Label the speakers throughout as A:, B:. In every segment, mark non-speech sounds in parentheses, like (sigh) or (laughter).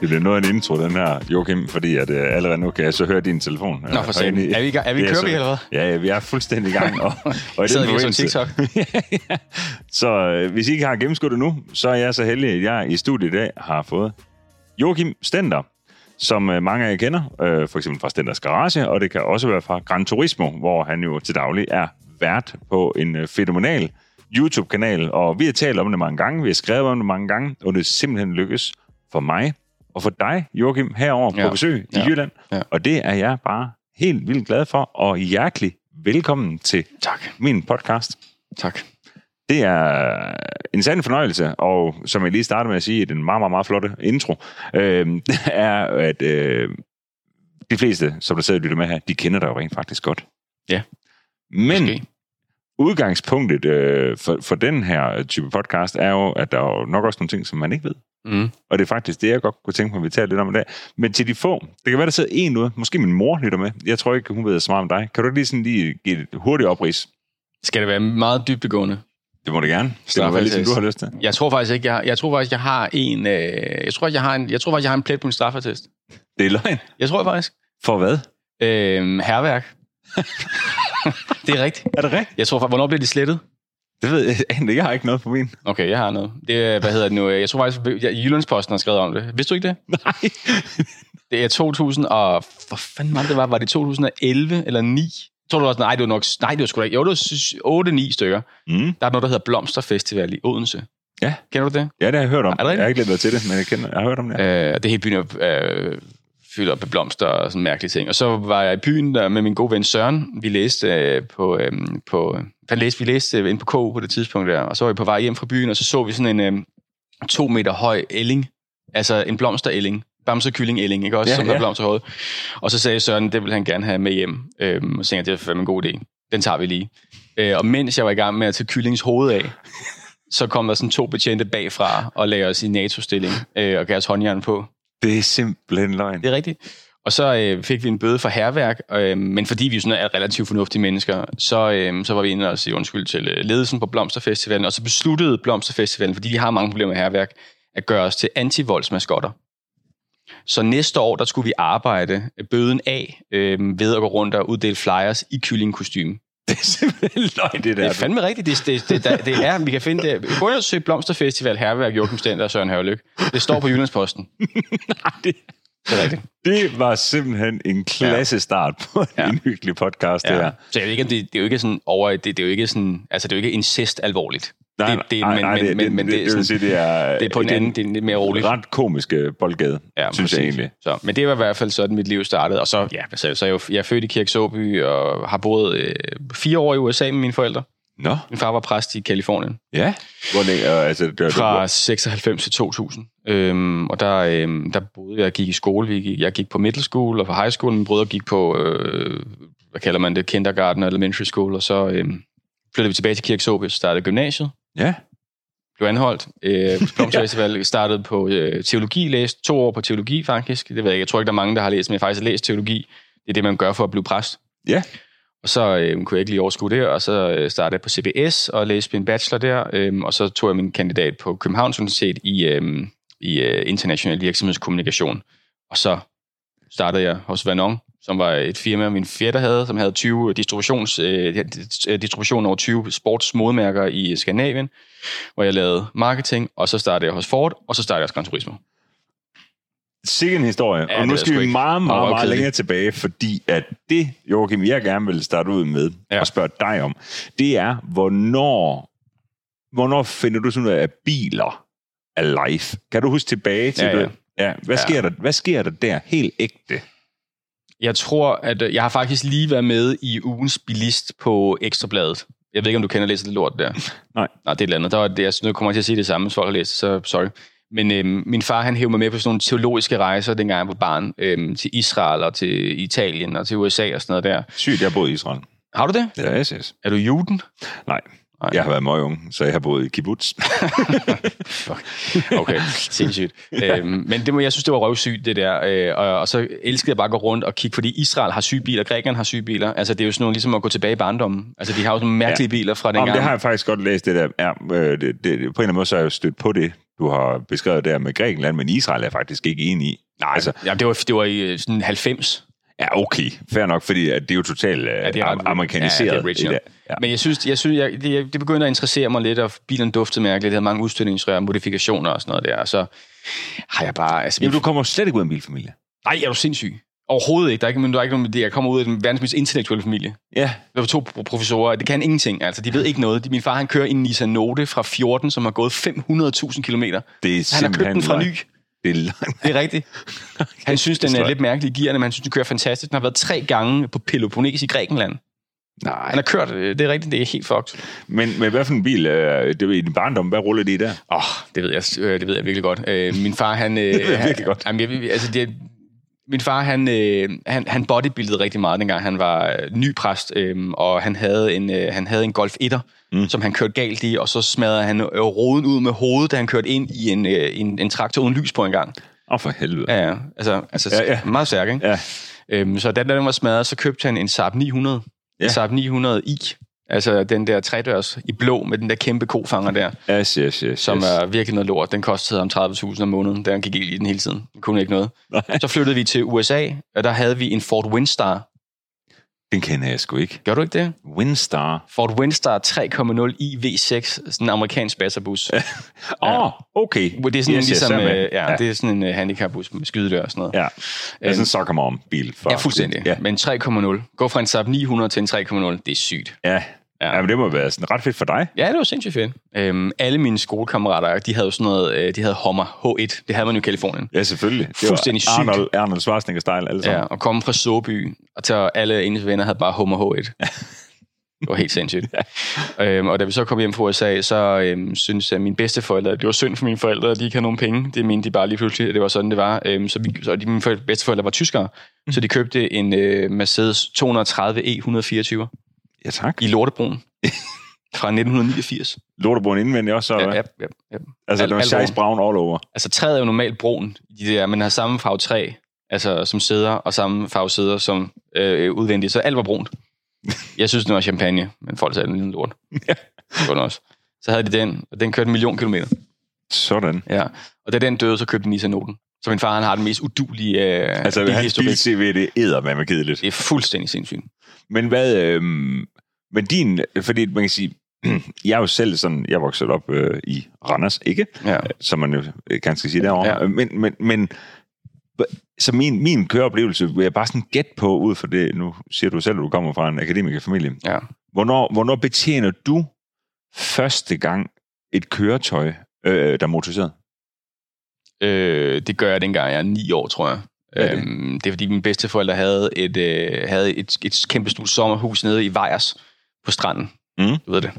A: Det bliver noget af en intro, den her, Joachim, fordi at, øh, allerede nu kan jeg så høre din telefon.
B: Nå, for satan. Er vi i gang- er vi i
A: Ja,
B: kører
A: så-
B: vi, eller hvad?
A: Ja, ja, vi er fuldstændig i gang. Og,
B: (laughs)
A: og i
B: Sidder vi og så
A: forbindelse-
B: TikTok?
A: ja. Så øh, hvis I ikke har gennemskudt det nu, så er jeg så heldig, at jeg i studiet i dag har fået Joachim Stender, som øh, mange af jer kender, øh, for eksempel fra Stenders Garage, og det kan også være fra Gran Turismo, hvor han jo til daglig er vært på en øh, fenomenal YouTube-kanal, og vi har talt om det mange gange, vi har skrevet om det mange gange, og det er simpelthen lykkes for mig og for dig, Joachim, herover på
B: Ja.
A: besøg i
B: Ja.
A: Jylland,
B: Ja.
A: og det er jeg bare helt vildt glad for, og hjertelig velkommen til
B: (laughs) Tak.
A: min podcast.
B: Tak.
A: Det er en sand fornøjelse, og som jeg lige startede med at sige, det er en meget, meget, meget flotte intro, øh, (laughs) er, at øh, de fleste, som der sidder og lytter med her, de kender dig jo rent faktisk godt.
B: Ja.
A: Men
B: Måske.
A: udgangspunktet øh, for, for den her type podcast er jo, at der er jo nok også nogle ting, som man ikke ved.
B: Mm.
A: Og det er faktisk det, jeg godt kunne tænke mig, at vi taler lidt om i dag. Men til de få, det kan være, der sidder en ude. Måske min mor lytter med. Jeg tror ikke, hun ved så meget om dig. Kan du ikke lige, sådan lige give et hurtigt oprids?
B: Skal det være meget dybdegående?
A: Det må du gerne. Det må
B: Slap
A: være ligesom
B: altid.
A: du har lyst til.
B: Jeg tror faktisk ikke, jeg har, jeg tror faktisk, jeg har en, øh, jeg tror, jeg har en, jeg tror faktisk, jeg har en plet på en straffatest.
A: Det er løgn.
B: Jeg tror faktisk.
A: For hvad?
B: Øh, herværk. (laughs) det er rigtigt.
A: Er det rigtigt?
B: Jeg tror faktisk, hvornår bliver de slettet?
A: Det ved jeg egentlig. ikke. Jeg har ikke noget på min.
B: Okay, jeg har noget. Det, er, hvad hedder det nu? Jeg tror faktisk, jeg, Jyllandsposten har skrevet om det. Vidste du ikke det?
A: Nej.
B: Det er 2000 og... Hvor fanden var det, det, var? Var det 2011 eller 9? Jeg tror, det var sådan, nej, det var nok... Nej, det var sgu da ikke. Jo, det var 8-9 stykker.
A: Mm.
B: Der er noget, der hedder Blomsterfestival i Odense.
A: Ja.
B: Kender du det?
A: Ja, det har jeg hørt om.
B: Er det rigtigt?
A: jeg har ikke lidt været til det, men jeg, kender, jeg har hørt om det.
B: Øh, og det hele byen er øh, fyldt op med blomster og sådan mærkelige ting. Og så var jeg i byen der med min gode ven Søren. Vi læste øh, på... Øh, på han læste, vi læste øh, inde på K på det tidspunkt der. Og så var vi på vej hjem fra byen, og så så vi sådan en øh, to meter høj elling. Altså en blomsterelling. Bamsekylling-elling, ikke også?
A: Ja,
B: Ja, som ja.
A: ja.
B: der blomsterhovedet. Og så sagde Søren, det vil han gerne have med hjem. Øhm, og så tænkte jeg, det er fandme en god idé. Den tager vi lige. Øh, og mens jeg var i gang med at tage kyllings hoved af, så kom der sådan to betjente bagfra og lagde os i NATO-stilling øh, og gav os håndjern på.
A: Det er simpelthen
B: (laughs)
A: løgn.
B: Det er rigtigt. Og så øh, fik vi en bøde for herværk, øh, men fordi vi sådan er relativt fornuftige mennesker, så, øh, så var vi inde og sige undskyld til øh, ledelsen på Blomsterfestivalen, og så besluttede Blomsterfestivalen, fordi de har mange problemer med herværk, at gøre os til antivoldsmaskotter. Så næste år, der skulle vi arbejde bøden af øh, ved at gå rundt og uddele flyers i kyllingkostyme.
A: Det er simpelthen løgn, det der. (laughs)
B: Det er fandme rigtigt. Det, det, det, det, det er, vi kan finde det. Gå ind og søg Blomsterfestival, Herværk, Joachim Stender og Søren Havlyk. Det står på Jyllandsposten.
A: det-
B: Det er rigtigt.
A: Det var simpelthen en klassestart på en
B: Ja.
A: ja. hyggelig podcast, ja. det her.
B: Så jeg ved ikke, om det, det er jo ikke sådan over... Det, det er jo ikke sådan... Altså, det er jo ikke incest alvorligt.
A: Nej,
B: det, det,
A: nej,
B: men,
A: nej,
B: men,
A: det,
B: men, men
A: det,
B: det,
A: det,
B: er
A: vil
B: sådan,
A: sige, det er,
B: det er på en
A: det
B: anden... Det er lidt mere roligt.
A: ret komiske boldgade, ja,
B: Ja,
A: synes jeg
B: præcis.
A: egentlig.
B: Så, men det var i hvert fald sådan, mit liv startede. Og så, ja, hvad sagde jeg? så er jeg, jo- jeg er født i Kirksåby og har boet øh, fire år i USA med mine forældre.
A: Nå,
B: Min far var præst i Kalifornien.
A: ja. Hvor længe, øh, altså, det, var-
B: Fra 96 til 2000. Øhm, og der, øhm, der boede jeg og gik i skole. Vi gik, jeg gik på middle school og på high school. Min brødre gik på, øh, hvad kalder man det, kindergarten og elementary school. Og så øhm, flyttede vi tilbage til Kirksåby og startede gymnasiet.
A: Ja,
B: Blev anholdt. Øh, Blomsterfestival startede på øh, teologi. Læste to år på teologi faktisk. Det ved jeg ikke. Jeg tror ikke, der er mange, der har læst, men jeg har faktisk læst teologi. Det er det, man gør for at blive præst.
A: ja.
B: Og så øh, kunne jeg ikke lige overskue det, og så øh, startede jeg på CBS og læste min bachelor der, øh, og så tog jeg min kandidat på Københavns Universitet i, øh, i øh, international virksomhedskommunikation. Og så startede jeg hos Vanon, som var et firma, min fætter havde, som havde 20 distributions, øh, øh, distribution over 20 sportsmodmærker i Skandinavien, hvor jeg lavede marketing, og så startede jeg hos Ford, og så startede jeg hos Gran Turismo.
A: Sikke en historie.
B: Ja,
A: Ja, og
B: det
A: nu
B: er
A: skal
B: sgu
A: vi
B: ikke.
A: meget,
B: Nå,
A: meget,
B: hvor
A: meget
B: kedeligt.
A: længere tilbage, fordi at det, Joachim, jeg gerne vil starte ud med ja.
B: Ja.
A: og spørge dig om, det er, hvornår, hvornår finder du sådan noget af biler af life? Kan du huske tilbage til
B: Ja, ja.
A: det? Ja, hvad,
B: Ja.
A: sker der, hvad sker der der helt ægte?
B: Jeg tror, at øh, jeg har faktisk lige været med i ugens bilist på Ekstrabladet. Jeg ved ikke, om du kender læser det lort der.
A: Nej.
B: Nej, det er et eller andet. Der var, det, jeg, nu kommer jeg til at sige det samme, hvis folk har læst det, så sorry. Men øhm, min far, han hævde mig med på sådan nogle teologiske rejser, dengang jeg var barn, øhm, til Israel og til Italien og til USA og sådan noget der.
A: Sygt, jeg har boet i Israel.
B: Har du det?
A: Ja, yes, yes.
B: Er du juden?
A: Nej,
B: Nej.
A: jeg har været møgung, så jeg har boet i kibbutz. (laughs)
B: Okay, (laughs) sindssygt. øhm, men det, må- jeg synes, det var røvsygt, det der. Øh, og, og så elskede jeg bare at gå rundt og kigge, fordi Israel har syge biler, Grækenland har syge biler. Altså, det er jo sådan noget, ligesom at gå tilbage i barndommen. Altså, de har jo sådan nogle mærkelige ja. biler fra
A: Jamen,
B: dengang.
A: det har jeg faktisk godt læst, det der. Ja, øh, det, det, på en eller anden måde, så har jeg jo stødt på det du har beskrevet der med Grækenland, men Israel er jeg faktisk ikke enig i.
B: Nej, altså, ja, det, var, det var i øh, sådan 90.
A: Ja, okay. Fair nok, fordi at det er jo totalt øh, ja,
B: det er ret-
A: amerikaniseret.
B: ja, det er original.
A: der. ja.
B: Men jeg synes, jeg synes jeg, det, det begyndte at interessere mig lidt, og bilen duftede mærkeligt. Det havde mange udstødningsrør, modifikationer og sådan noget der. Og så har jeg bare... Altså,
A: Jamen, du kommer slet ikke ud af en bilfamilie.
B: Nej, er du sindssyg? Overhovedet ikke. Der er ikke, men der er ikke nogen idé. Jeg kommer ud af den verdens mest intellektuelle familie.
A: Ja,
B: Der var to pro- professorer, det kan ingenting. Altså, de ved ikke noget. De- Min far, han kører en Nissan Note fra 14, som har gået 500.000 km.
A: det er
B: Han har købt den fra ny.
A: Det er langt.
B: Det er rigtigt. Han synes, den
A: det
B: er
A: slår
B: lidt mærkelig i gearne, men han synes, den kører fantastisk. Den har været tre gange på Peloponnes i Grækenland.
A: Nej.
B: Han har kørt, øh, det er rigtigt, det er helt fucked.
A: Men, men hvad for en bil? Øh, det var i din barndom. Hvad ruller de der?
B: Åh, oh, det ved jeg, øh, det ved jeg virkelig godt. Øh, min far,
A: (laughs)
B: han... Øh,
A: ved jeg
B: han-
A: virkelig godt.
B: Jamen, jeg, altså, det, min far, han, øh, han, han bodybuildede rigtig meget, dengang han var øh, ny præst, øh, og han havde en, øh, han havde en Golf 1'er, mm. som han kørte galt i, og så smadrede han øh, roden ud med hovedet, da han kørte ind i en, øh, en, en traktor uden lys på en gang.
A: Åh, oh, for helvede.
B: Ja, ja. Altså, altså
A: Ja,
B: ja,
A: ja.
B: ja. meget stærk, ikke?
A: Ja.
B: Øhm, så da den var smadret, så købte han en Saab 900.
A: Ja.
B: Ja. En Saab 900i. Altså den der tredørs i blå med den der kæmpe kofanger der,
A: Yes, yes, yes.
B: som
A: yes.
B: yes. er virkelig noget lort. Den kostede ham 30.000 om måneden, da han gik ild i den hele tiden. Den kunne ikke noget.
A: Nej.
B: Så flyttede vi til USA, og der havde vi en Ford Windstar.
A: Den kender jeg sgu ikke.
B: Gør du ikke det?
A: Windstar.
B: Ford Windstar 3.0i V6, sådan en amerikansk basserbus. Ja.
A: Åh, ja. oh, okay.
B: Det er sådan yes, ligesom,
A: jeg er med.
B: øh, ja, det er sådan en øh, handicapbus med skydedør og sådan noget.
A: Ja, det er sådan en soccer mom bil. For,
B: Ja, fuldstændig.
A: Ja,
B: Ja. Men 3,0. Gå fra en Saab 900 til en 3,0. Det er sygt.
A: ja. ja.
B: Ja.
A: ja men det må være sådan ret fedt for dig.
B: Ja, det var sindssygt fedt. Øhm, alle mine skolekammerater, de havde jo sådan noget, øh, de havde Hummer H1. Det havde man jo i Kalifornien.
A: Ja, selvfølgelig. Det
B: Fuldstændig
A: var
B: sygt.
A: Arnold, Arnold Schwarzenegger style, alle sammen.
B: Ja, og komme fra Såby, og til alle ens venner havde bare Hummer H1. Det var helt sindssygt. Øhm, og da vi så kom hjem fra USA, så øhm, synes jeg, at mine bedsteforældre, det var synd for mine forældre, at de ikke havde nogen penge. Det mente de bare lige pludselig, at det var sådan, det var. Øhm, så, vi, så de, mine forældre, bedsteforældre var tyskere, mm. så de købte en øh, Mercedes 230 E124.
A: Ja, tak.
B: i Lortebrun fra 1989.
A: Lortebrun indvendig også, så, ja, ja.
B: ja, ja.
A: Altså,
B: Al-
A: det var
B: alvor.
A: Scheisse Brown all over.
B: Altså træet er jo normalt brun, i de der, men har samme farve træ, altså som sæder, og samme farve sæder som øh, udvendigt, så alt var brunt. Jeg synes, den var champagne, men folk sagde, den lignede lort.
A: Ja.
B: Det var den også. Så havde de den, og den kørte en million kilometer.
A: Sådan.
B: Ja. Og da den døde, så købte de Nissan Noten. Så min far, han har den mest udulige øh,
A: Altså, hans
B: bilhistorik.
A: bil-CV, det er eddermame kedeligt.
B: Det er fuldstændig sindssygt.
A: Men hvad... Øhm, men din... Fordi man kan sige... (clears throat) Jeg er jo selv sådan... Jeg voksede op øh, i Randers, ikke?
B: Ja.
A: Som man jo øh, kan skal sige derovre. Ja.
B: Ja.
A: Men, men, men så min, min køreoplevelse vil jeg bare sådan gætte på, ud fra det, nu siger du selv, at du kommer fra en akademikerfamilie.
B: Ja.
A: Hvornår, hvornår betjener du første gang et køretøj, øh, der er motoriseret?
B: Øh, det gør jeg dengang, jeg er ni år, tror jeg.
A: Hvad er det?
B: Øhm, det er fordi mine bedsteforældre havde et, øh, havde et, et kæmpe stort sommerhus nede i Vejers på stranden.
A: Mm.
B: Du ved det.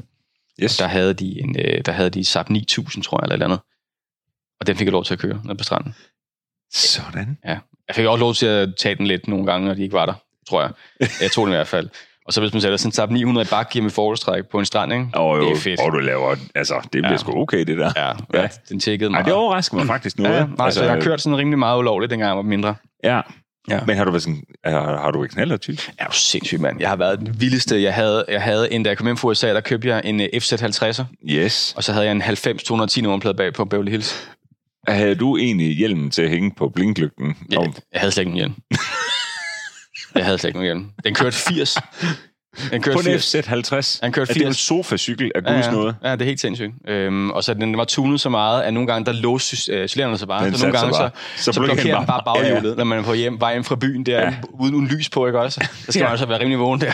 A: Yes.
B: Der havde de en, øh, der havde de Saab 9000, tror jeg, eller et eller andet. Og den fik jeg lov til at køre nede på stranden.
A: Sådan.
B: Jeg fik også lov til at tage den lidt nogle gange, når de ikke var der, tror jeg. Jeg tog den i hvert fald. Og så hvis man sætter sådan en Saab 900 i bakgear med forholdstræk på en strand, ikke?
A: Og,
B: Det er fedt.
A: og du laver... Altså, det bliver ja.
B: Ja.
A: sgu okay, det der.
B: Ja,
A: Ja.
B: ja. den tjekkede
A: Nej,
B: meget.
A: det overrasker mig faktisk noget.
B: ja, nej, altså, så jeg har kørt sådan rimelig meget ulovligt, dengang jeg var mindre.
A: Ja. ja.
B: Ja.
A: Men har du været sådan, har, har du ikke knaldet typ?
B: er jo sindssygt, mand. Jeg har været den vildeste, jeg havde. Jeg havde en, da jeg kom hjem fra USA, der købte jeg en øh, FZ50'er,
A: Yes.
B: og så havde jeg en 90-210 nummerplade bag på Beverly Hills.
A: Havde du egentlig hjelmen til at hænge på blinklygten?
B: Jeg,
A: Om-
B: jeg havde slet ikke nogen hjelm.
A: (laughs)
B: jeg havde slet ikke nogen hjelm. Den kørte 80. Den
A: På
B: kørte
A: en
B: 80.
A: FZ50?
B: Han kørte
A: Er det en
B: 80.
A: sofacykel af
B: Ja,
A: guds
B: ja.
A: noget?
B: ja, det er helt sindssygt. Øhm, og så den var tunet så meget, at nogle gange, der låste sy- øh, cylinderne sig bare.
A: Den
B: så nogle
A: satte sig
B: gange,
A: bare.
B: så,
A: Så
B: så, så
A: blokerer den
B: blokerer den
A: bare.
B: bare baghjulet, når man er på hjem, vej hjem fra byen der,
A: Ja.
B: ja. uden uden lys på, ikke også? Så skal
A: Ja.
B: man altså være rimelig vågen der.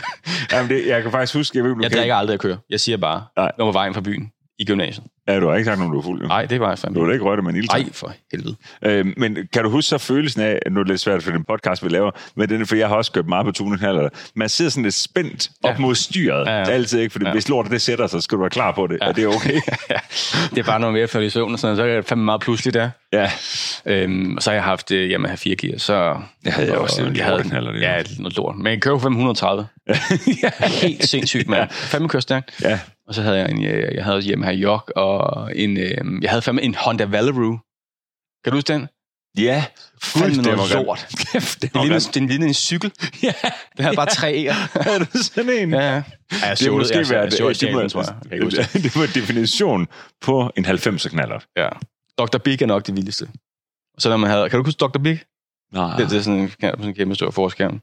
A: Jamen, det, jeg kan faktisk huske, jeg ved, om du
B: Jeg
A: kan-
B: drikker aldrig at køre. Jeg siger bare,
A: Nej.
B: når man var vejen fra byen i gymnasiet.
A: Ja, du har ikke sagt, når du er fuld. jo.
B: Nej, det var jeg fandme.
A: Du har da ikke rørt med en ildtag.
B: Nej, for helvede.
A: Øh, men kan du huske så følelsen af, nu er det lidt svært for den podcast, vi laver, men den, er- for jeg har også købt meget på tuninghaller, man sidder sådan lidt spændt op
B: Ja.
A: mod styret. Ja,
B: Ja,
A: ja.
B: ja.
A: Det er altid ikke, fordi ja.
B: Ja.
A: hvis lortet det sætter sig, så skal du være klar på det, ja. og det er
B: (laughs)
A: okay.
B: det er bare noget med at falde i søvn og sådan noget, så er det fandme meget pludseligt der.
A: ja.
B: Øhm, og så har jeg haft, øh, jamen, jeg har fire gear, så...
A: Det havde jeg
B: og-
A: også, det er en
B: jeg havde,
A: lorteknaller, det er.
B: Ja, noget lort. Men jeg kører jo 530.
A: (laughs)
B: Helt sindssygt, mand. Fandme kører stærkt.
A: ja.
B: Og så havde jeg en, øh, jeg havde hjemme her i York, og en, øh, jeg havde fandme en Honda Valeroo. Kan du huske den?
A: Ja,
B: Fandme
A: det
B: noget
A: var grimt.
B: lort.
A: Kæft, det
B: Den
A: var
B: lignede, den lignede en cykel.
A: (laughs) Ja.
B: Den havde bare
A: (laughs)
B: tre E'er.
A: Er du sådan en?
B: Ja, ja. Ej, jeg
A: Det
B: sjovede,
A: måske
B: altså,
A: været,
B: jeg sjovede
A: det,
B: sjælen,
A: var,
B: tror jeg. Jeg kan ikke huske det.
A: det var definition på en 90'er knaller.
B: Ja. Dr. Big er nok det vildeste. Og så når man havde... Kan du huske Dr. Big?
A: Nej,
B: Det, det er sådan en, sådan en kæmpe stor forskærm.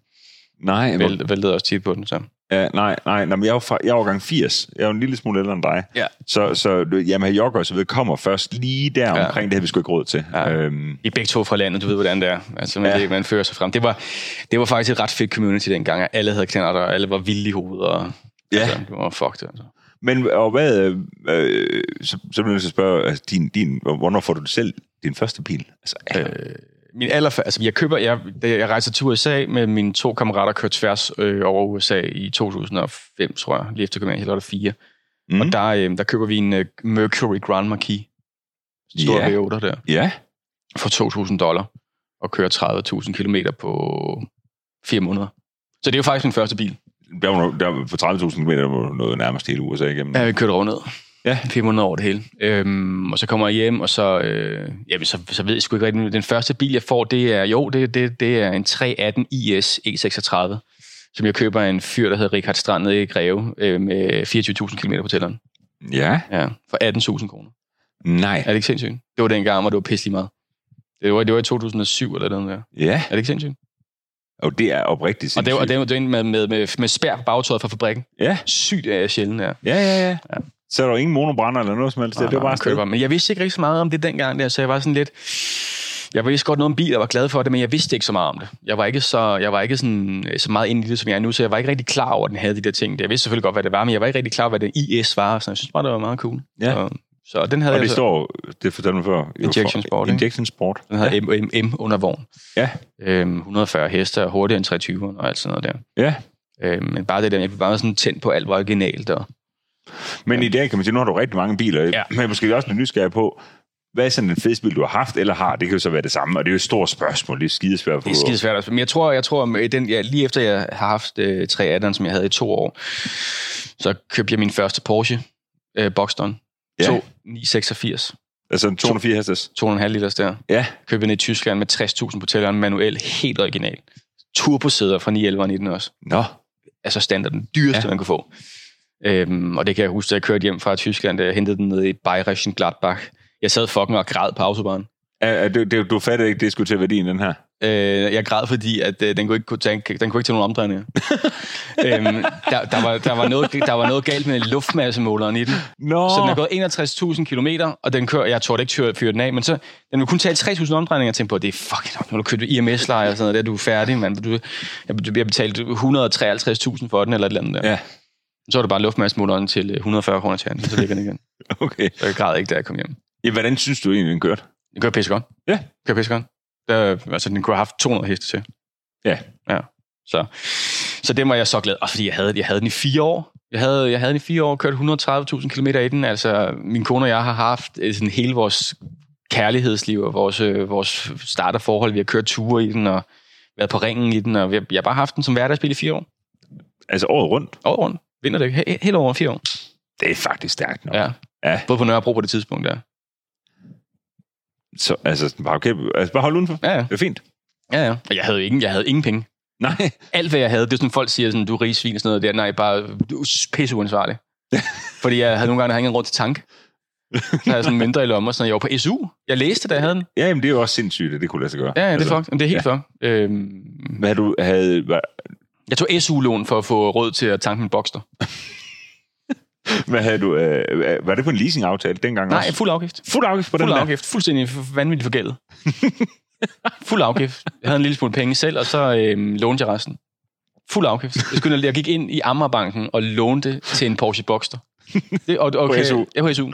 A: nej, hvor-
B: Vælt, væltede også tit på den, så.
A: ja, nej, nej, nej, men jeg er jo fra, jeg er årgang 80. Jeg er jo en lille smule ældre end dig.
B: Ja.
A: Så, så du ved, Yamaha Jogger og så videre kommer først lige der
B: Ja.
A: omkring. Det har vi sgu ikke råd til.
B: Ja.
A: Øhm,
B: I er begge to fra landet, du ved, hvordan det er. Altså, man,
A: Ja.
B: ja. man fører sig frem. Det var, det var faktisk et ret fedt community dengang, at alle havde knætter, og alle var vilde i hovedet, og
A: Ja.
B: altså, det var fucked. Altså.
A: men og hvad, øh, øh, så, så bliver jeg nødt til at spørge, altså, din, din, hvornår får du det selv din første bil? Altså, øh,
B: Øh, min allerførste, altså jeg køber, jeg, da jeg rejser til USA med mine to kammerater, kørte tværs øh, over USA i 2005, tror jeg, lige efter gymnasiet, eller var det 4.
A: Mm.
B: Mm. Og der, øh, der køber vi en øh, Mercury Grand Marquis, stor
A: Ja.
B: yeah. V8 der,
A: ja,
B: for 2.000 dollar, og kører 30.000 km på 4 måneder. Så det er jo faktisk min første bil.
A: der var, no- der, var- for 30.000 km, der var noget nærmest hele USA igennem.
B: Ja, vi kørte rundt ned.
A: Ja.
B: Fire måneder over det hele. Øhm, og så kommer jeg hjem, og så, øh, jamen, så, så ved jeg sgu ikke rigtigt. Den første bil, jeg får, det er, jo, det, det, det er en 318 IS E36, E som jeg køber af en fyr, der hedder Richard Strand nede i Greve, øh, med 24.000 km på tælleren.
A: ja.
B: Ja, for 18.000 kroner.
A: nej,
B: Er det ikke sindssygt? Det var dengang, hvor det var pisselig meget. Det var, det var i 2007 eller noget der. Er
A: ja,
B: det ikke sindssygt?
A: og det er oprigtigt
B: Og det var, og
A: sindssygt.
B: det var, det var en med, med, med, med spær på bagtøjet fra fabrikken.
A: Ja.
B: Sygt er jeg sjældent, ja.
A: Ja, ja, ja.
B: Ja.
A: Så er der jo ingen monobrænder eller noget som helst.
B: Nej,
A: det var
B: nej,
A: bare
B: man køber. Men jeg vidste ikke rigtig så meget om det dengang der, så jeg var sådan lidt... Jeg vidste godt noget om biler, jeg var glad for det, men jeg vidste ikke så meget om det. Jeg var ikke så, jeg var ikke sådan, øh, så meget inde i det, som jeg er nu, så jeg var ikke rigtig klar over, at den havde de der ting. der. Jeg vidste selvfølgelig godt, hvad det var, men jeg var ikke rigtig klar over, hvad det IS var. Så jeg synes bare, det var meget cool.
A: Ja.
B: Så, så den havde
A: Og
B: jeg
A: det
B: så,
A: står, det fortalte mig før. jo,
B: Altså- Injection
A: for-
B: Sport, ikke?
A: Injection Sport.
B: den havde M, M, M under vogn.
A: Ja.
B: Øhm, 140 heste og hurtigere end 320 og alt sådan noget der.
A: Ja.
B: Øhm, men bare det der, jeg blev bare sådan tændt på alt, var originalt. Og,
A: Men i dag kan man sige, nu har du rigtig mange biler. Ja.
B: Ja.
A: Men jeg er måske også lidt nysgerrig på, hvad er sådan den fedeste bil, du har haft eller har? Det kan jo så være det samme, og det er jo et stort spørgsmål. Det er skidesvært at få.
B: Det er skide svært. at- Men jeg tror, jeg tror at den, ja, lige efter jeg har haft øh, 318, som jeg havde i to år, så købte jeg min første Porsche øh, Boxster.
A: Ja.
B: Ja. 2986.
A: Altså en 204 hestes.
B: 2,5 liters der.
A: Ja.
B: Købte den i Tyskland med 60.000 på tælleren, manuel, helt original. Turbosæder fra 911 og 19 også.
A: Nå.
B: Altså standard, den dyreste,
A: Ja.
B: ja. man kunne få. Øhm, og det kan jeg huske, da jeg kørte hjem fra Tyskland, da jeg hentede den nede i Bayerischen Gladbach. Jeg sad fucking og græd på autobahn.
A: Er, er, det, det, du fatter ikke, det skulle til værdien, den her.
B: Øh, jeg græd, fordi at, øh, den, kunne ikke, kunne tage, den kunne ikke tage nogen omdrejninger. øhm, der, der, var, der, var noget, der var noget galt med luftmassemåleren i den.
A: Nå.
B: Så den er gået 61.000 km, og den kører, jeg tog ikke fyre, fyre den af, men så, den vil kun tage 3.000 omdrejninger. Jeg tænkte på, det er fucking nok, når du købte IMS-leje og sådan noget, der, du er færdig, mand. Du, jeg, du bliver betalt 153.000 for den, eller et eller andet der.
A: Ja.
B: Så var det bare luftmassemåleren til øh, 140 kroner til anden, så ligger den igen.
A: Okay.
B: Så jeg græd ikke, da jeg kom hjem.
A: Ja, hvordan synes du egentlig, den kørte?
B: Den kører pisse godt.
A: Ja.
B: Kører pisse godt. Der, altså, den kunne have haft 200 heste til.
A: Ja.
B: Ja. Så, så det var jeg så glad. Og fordi jeg havde, jeg havde den i fire år. Jeg havde, jeg havde den i fire år, kørt 130.000 km i den. Altså, min kone og jeg har haft øh, sådan hele vores kærlighedsliv og vores, øh, vores starterforhold. Vi har kørt ture i den og været på ringen i den. Og vi har, jeg har bare haft den som hverdagsbil i fire år.
A: Altså året rundt.
B: Året rundt. Vinder det. He- Hele over fire år.
A: Det er faktisk stærkt nok.
B: Ja.
A: Ja.
B: Både på Nørrebro på det tidspunkt, der.
A: Så, altså, bare, okay, altså, bare hold udenfor.
B: Ja, ja.
A: Det er fint.
B: ja, ja. Og jeg havde, jo ingen, jeg havde ingen penge.
A: Nej.
B: alt hvad jeg havde, det er sådan, folk siger sådan, du er rig svin og sådan noget der. Nej, bare du er pisse (laughs) uansvarlig. Fordi jeg havde nogle gange hængt rundt til (laughs) tank. Så havde jeg sådan mindre i lommen og sådan noget. Jeg var på SU. Jeg læste, da jeg havde den.
A: (laughs) Ja, jamen, det er jo også sindssygt, at det kunne lade sig gøre.
B: Ja, ja, det
A: altså,
B: er fuck. Jamen, Det er helt ja. fuck. Øhm,
A: Hvad du havde... Hvad,
B: jeg tog SU-lån for at få råd til at tanke min Boxster.
A: hvad havde du... Øh, var det på en leasingaftale dengang
B: Nej,
A: også?
B: fuld afgift.
A: Fuld afgift på
B: Fuld
A: den
B: afgift. Fuldstændig f- vanvittigt (laughs) forgældet. fuld afgift. Jeg havde en lille smule penge selv, og så øhm, lånte jeg resten. Fuld afgift. Jeg, skulle, jeg gik ind i Amagerbanken og lånte til en Porsche (laughs) Boxster. Det, og, og,
A: SU.
B: Ja, på SU.
A: der.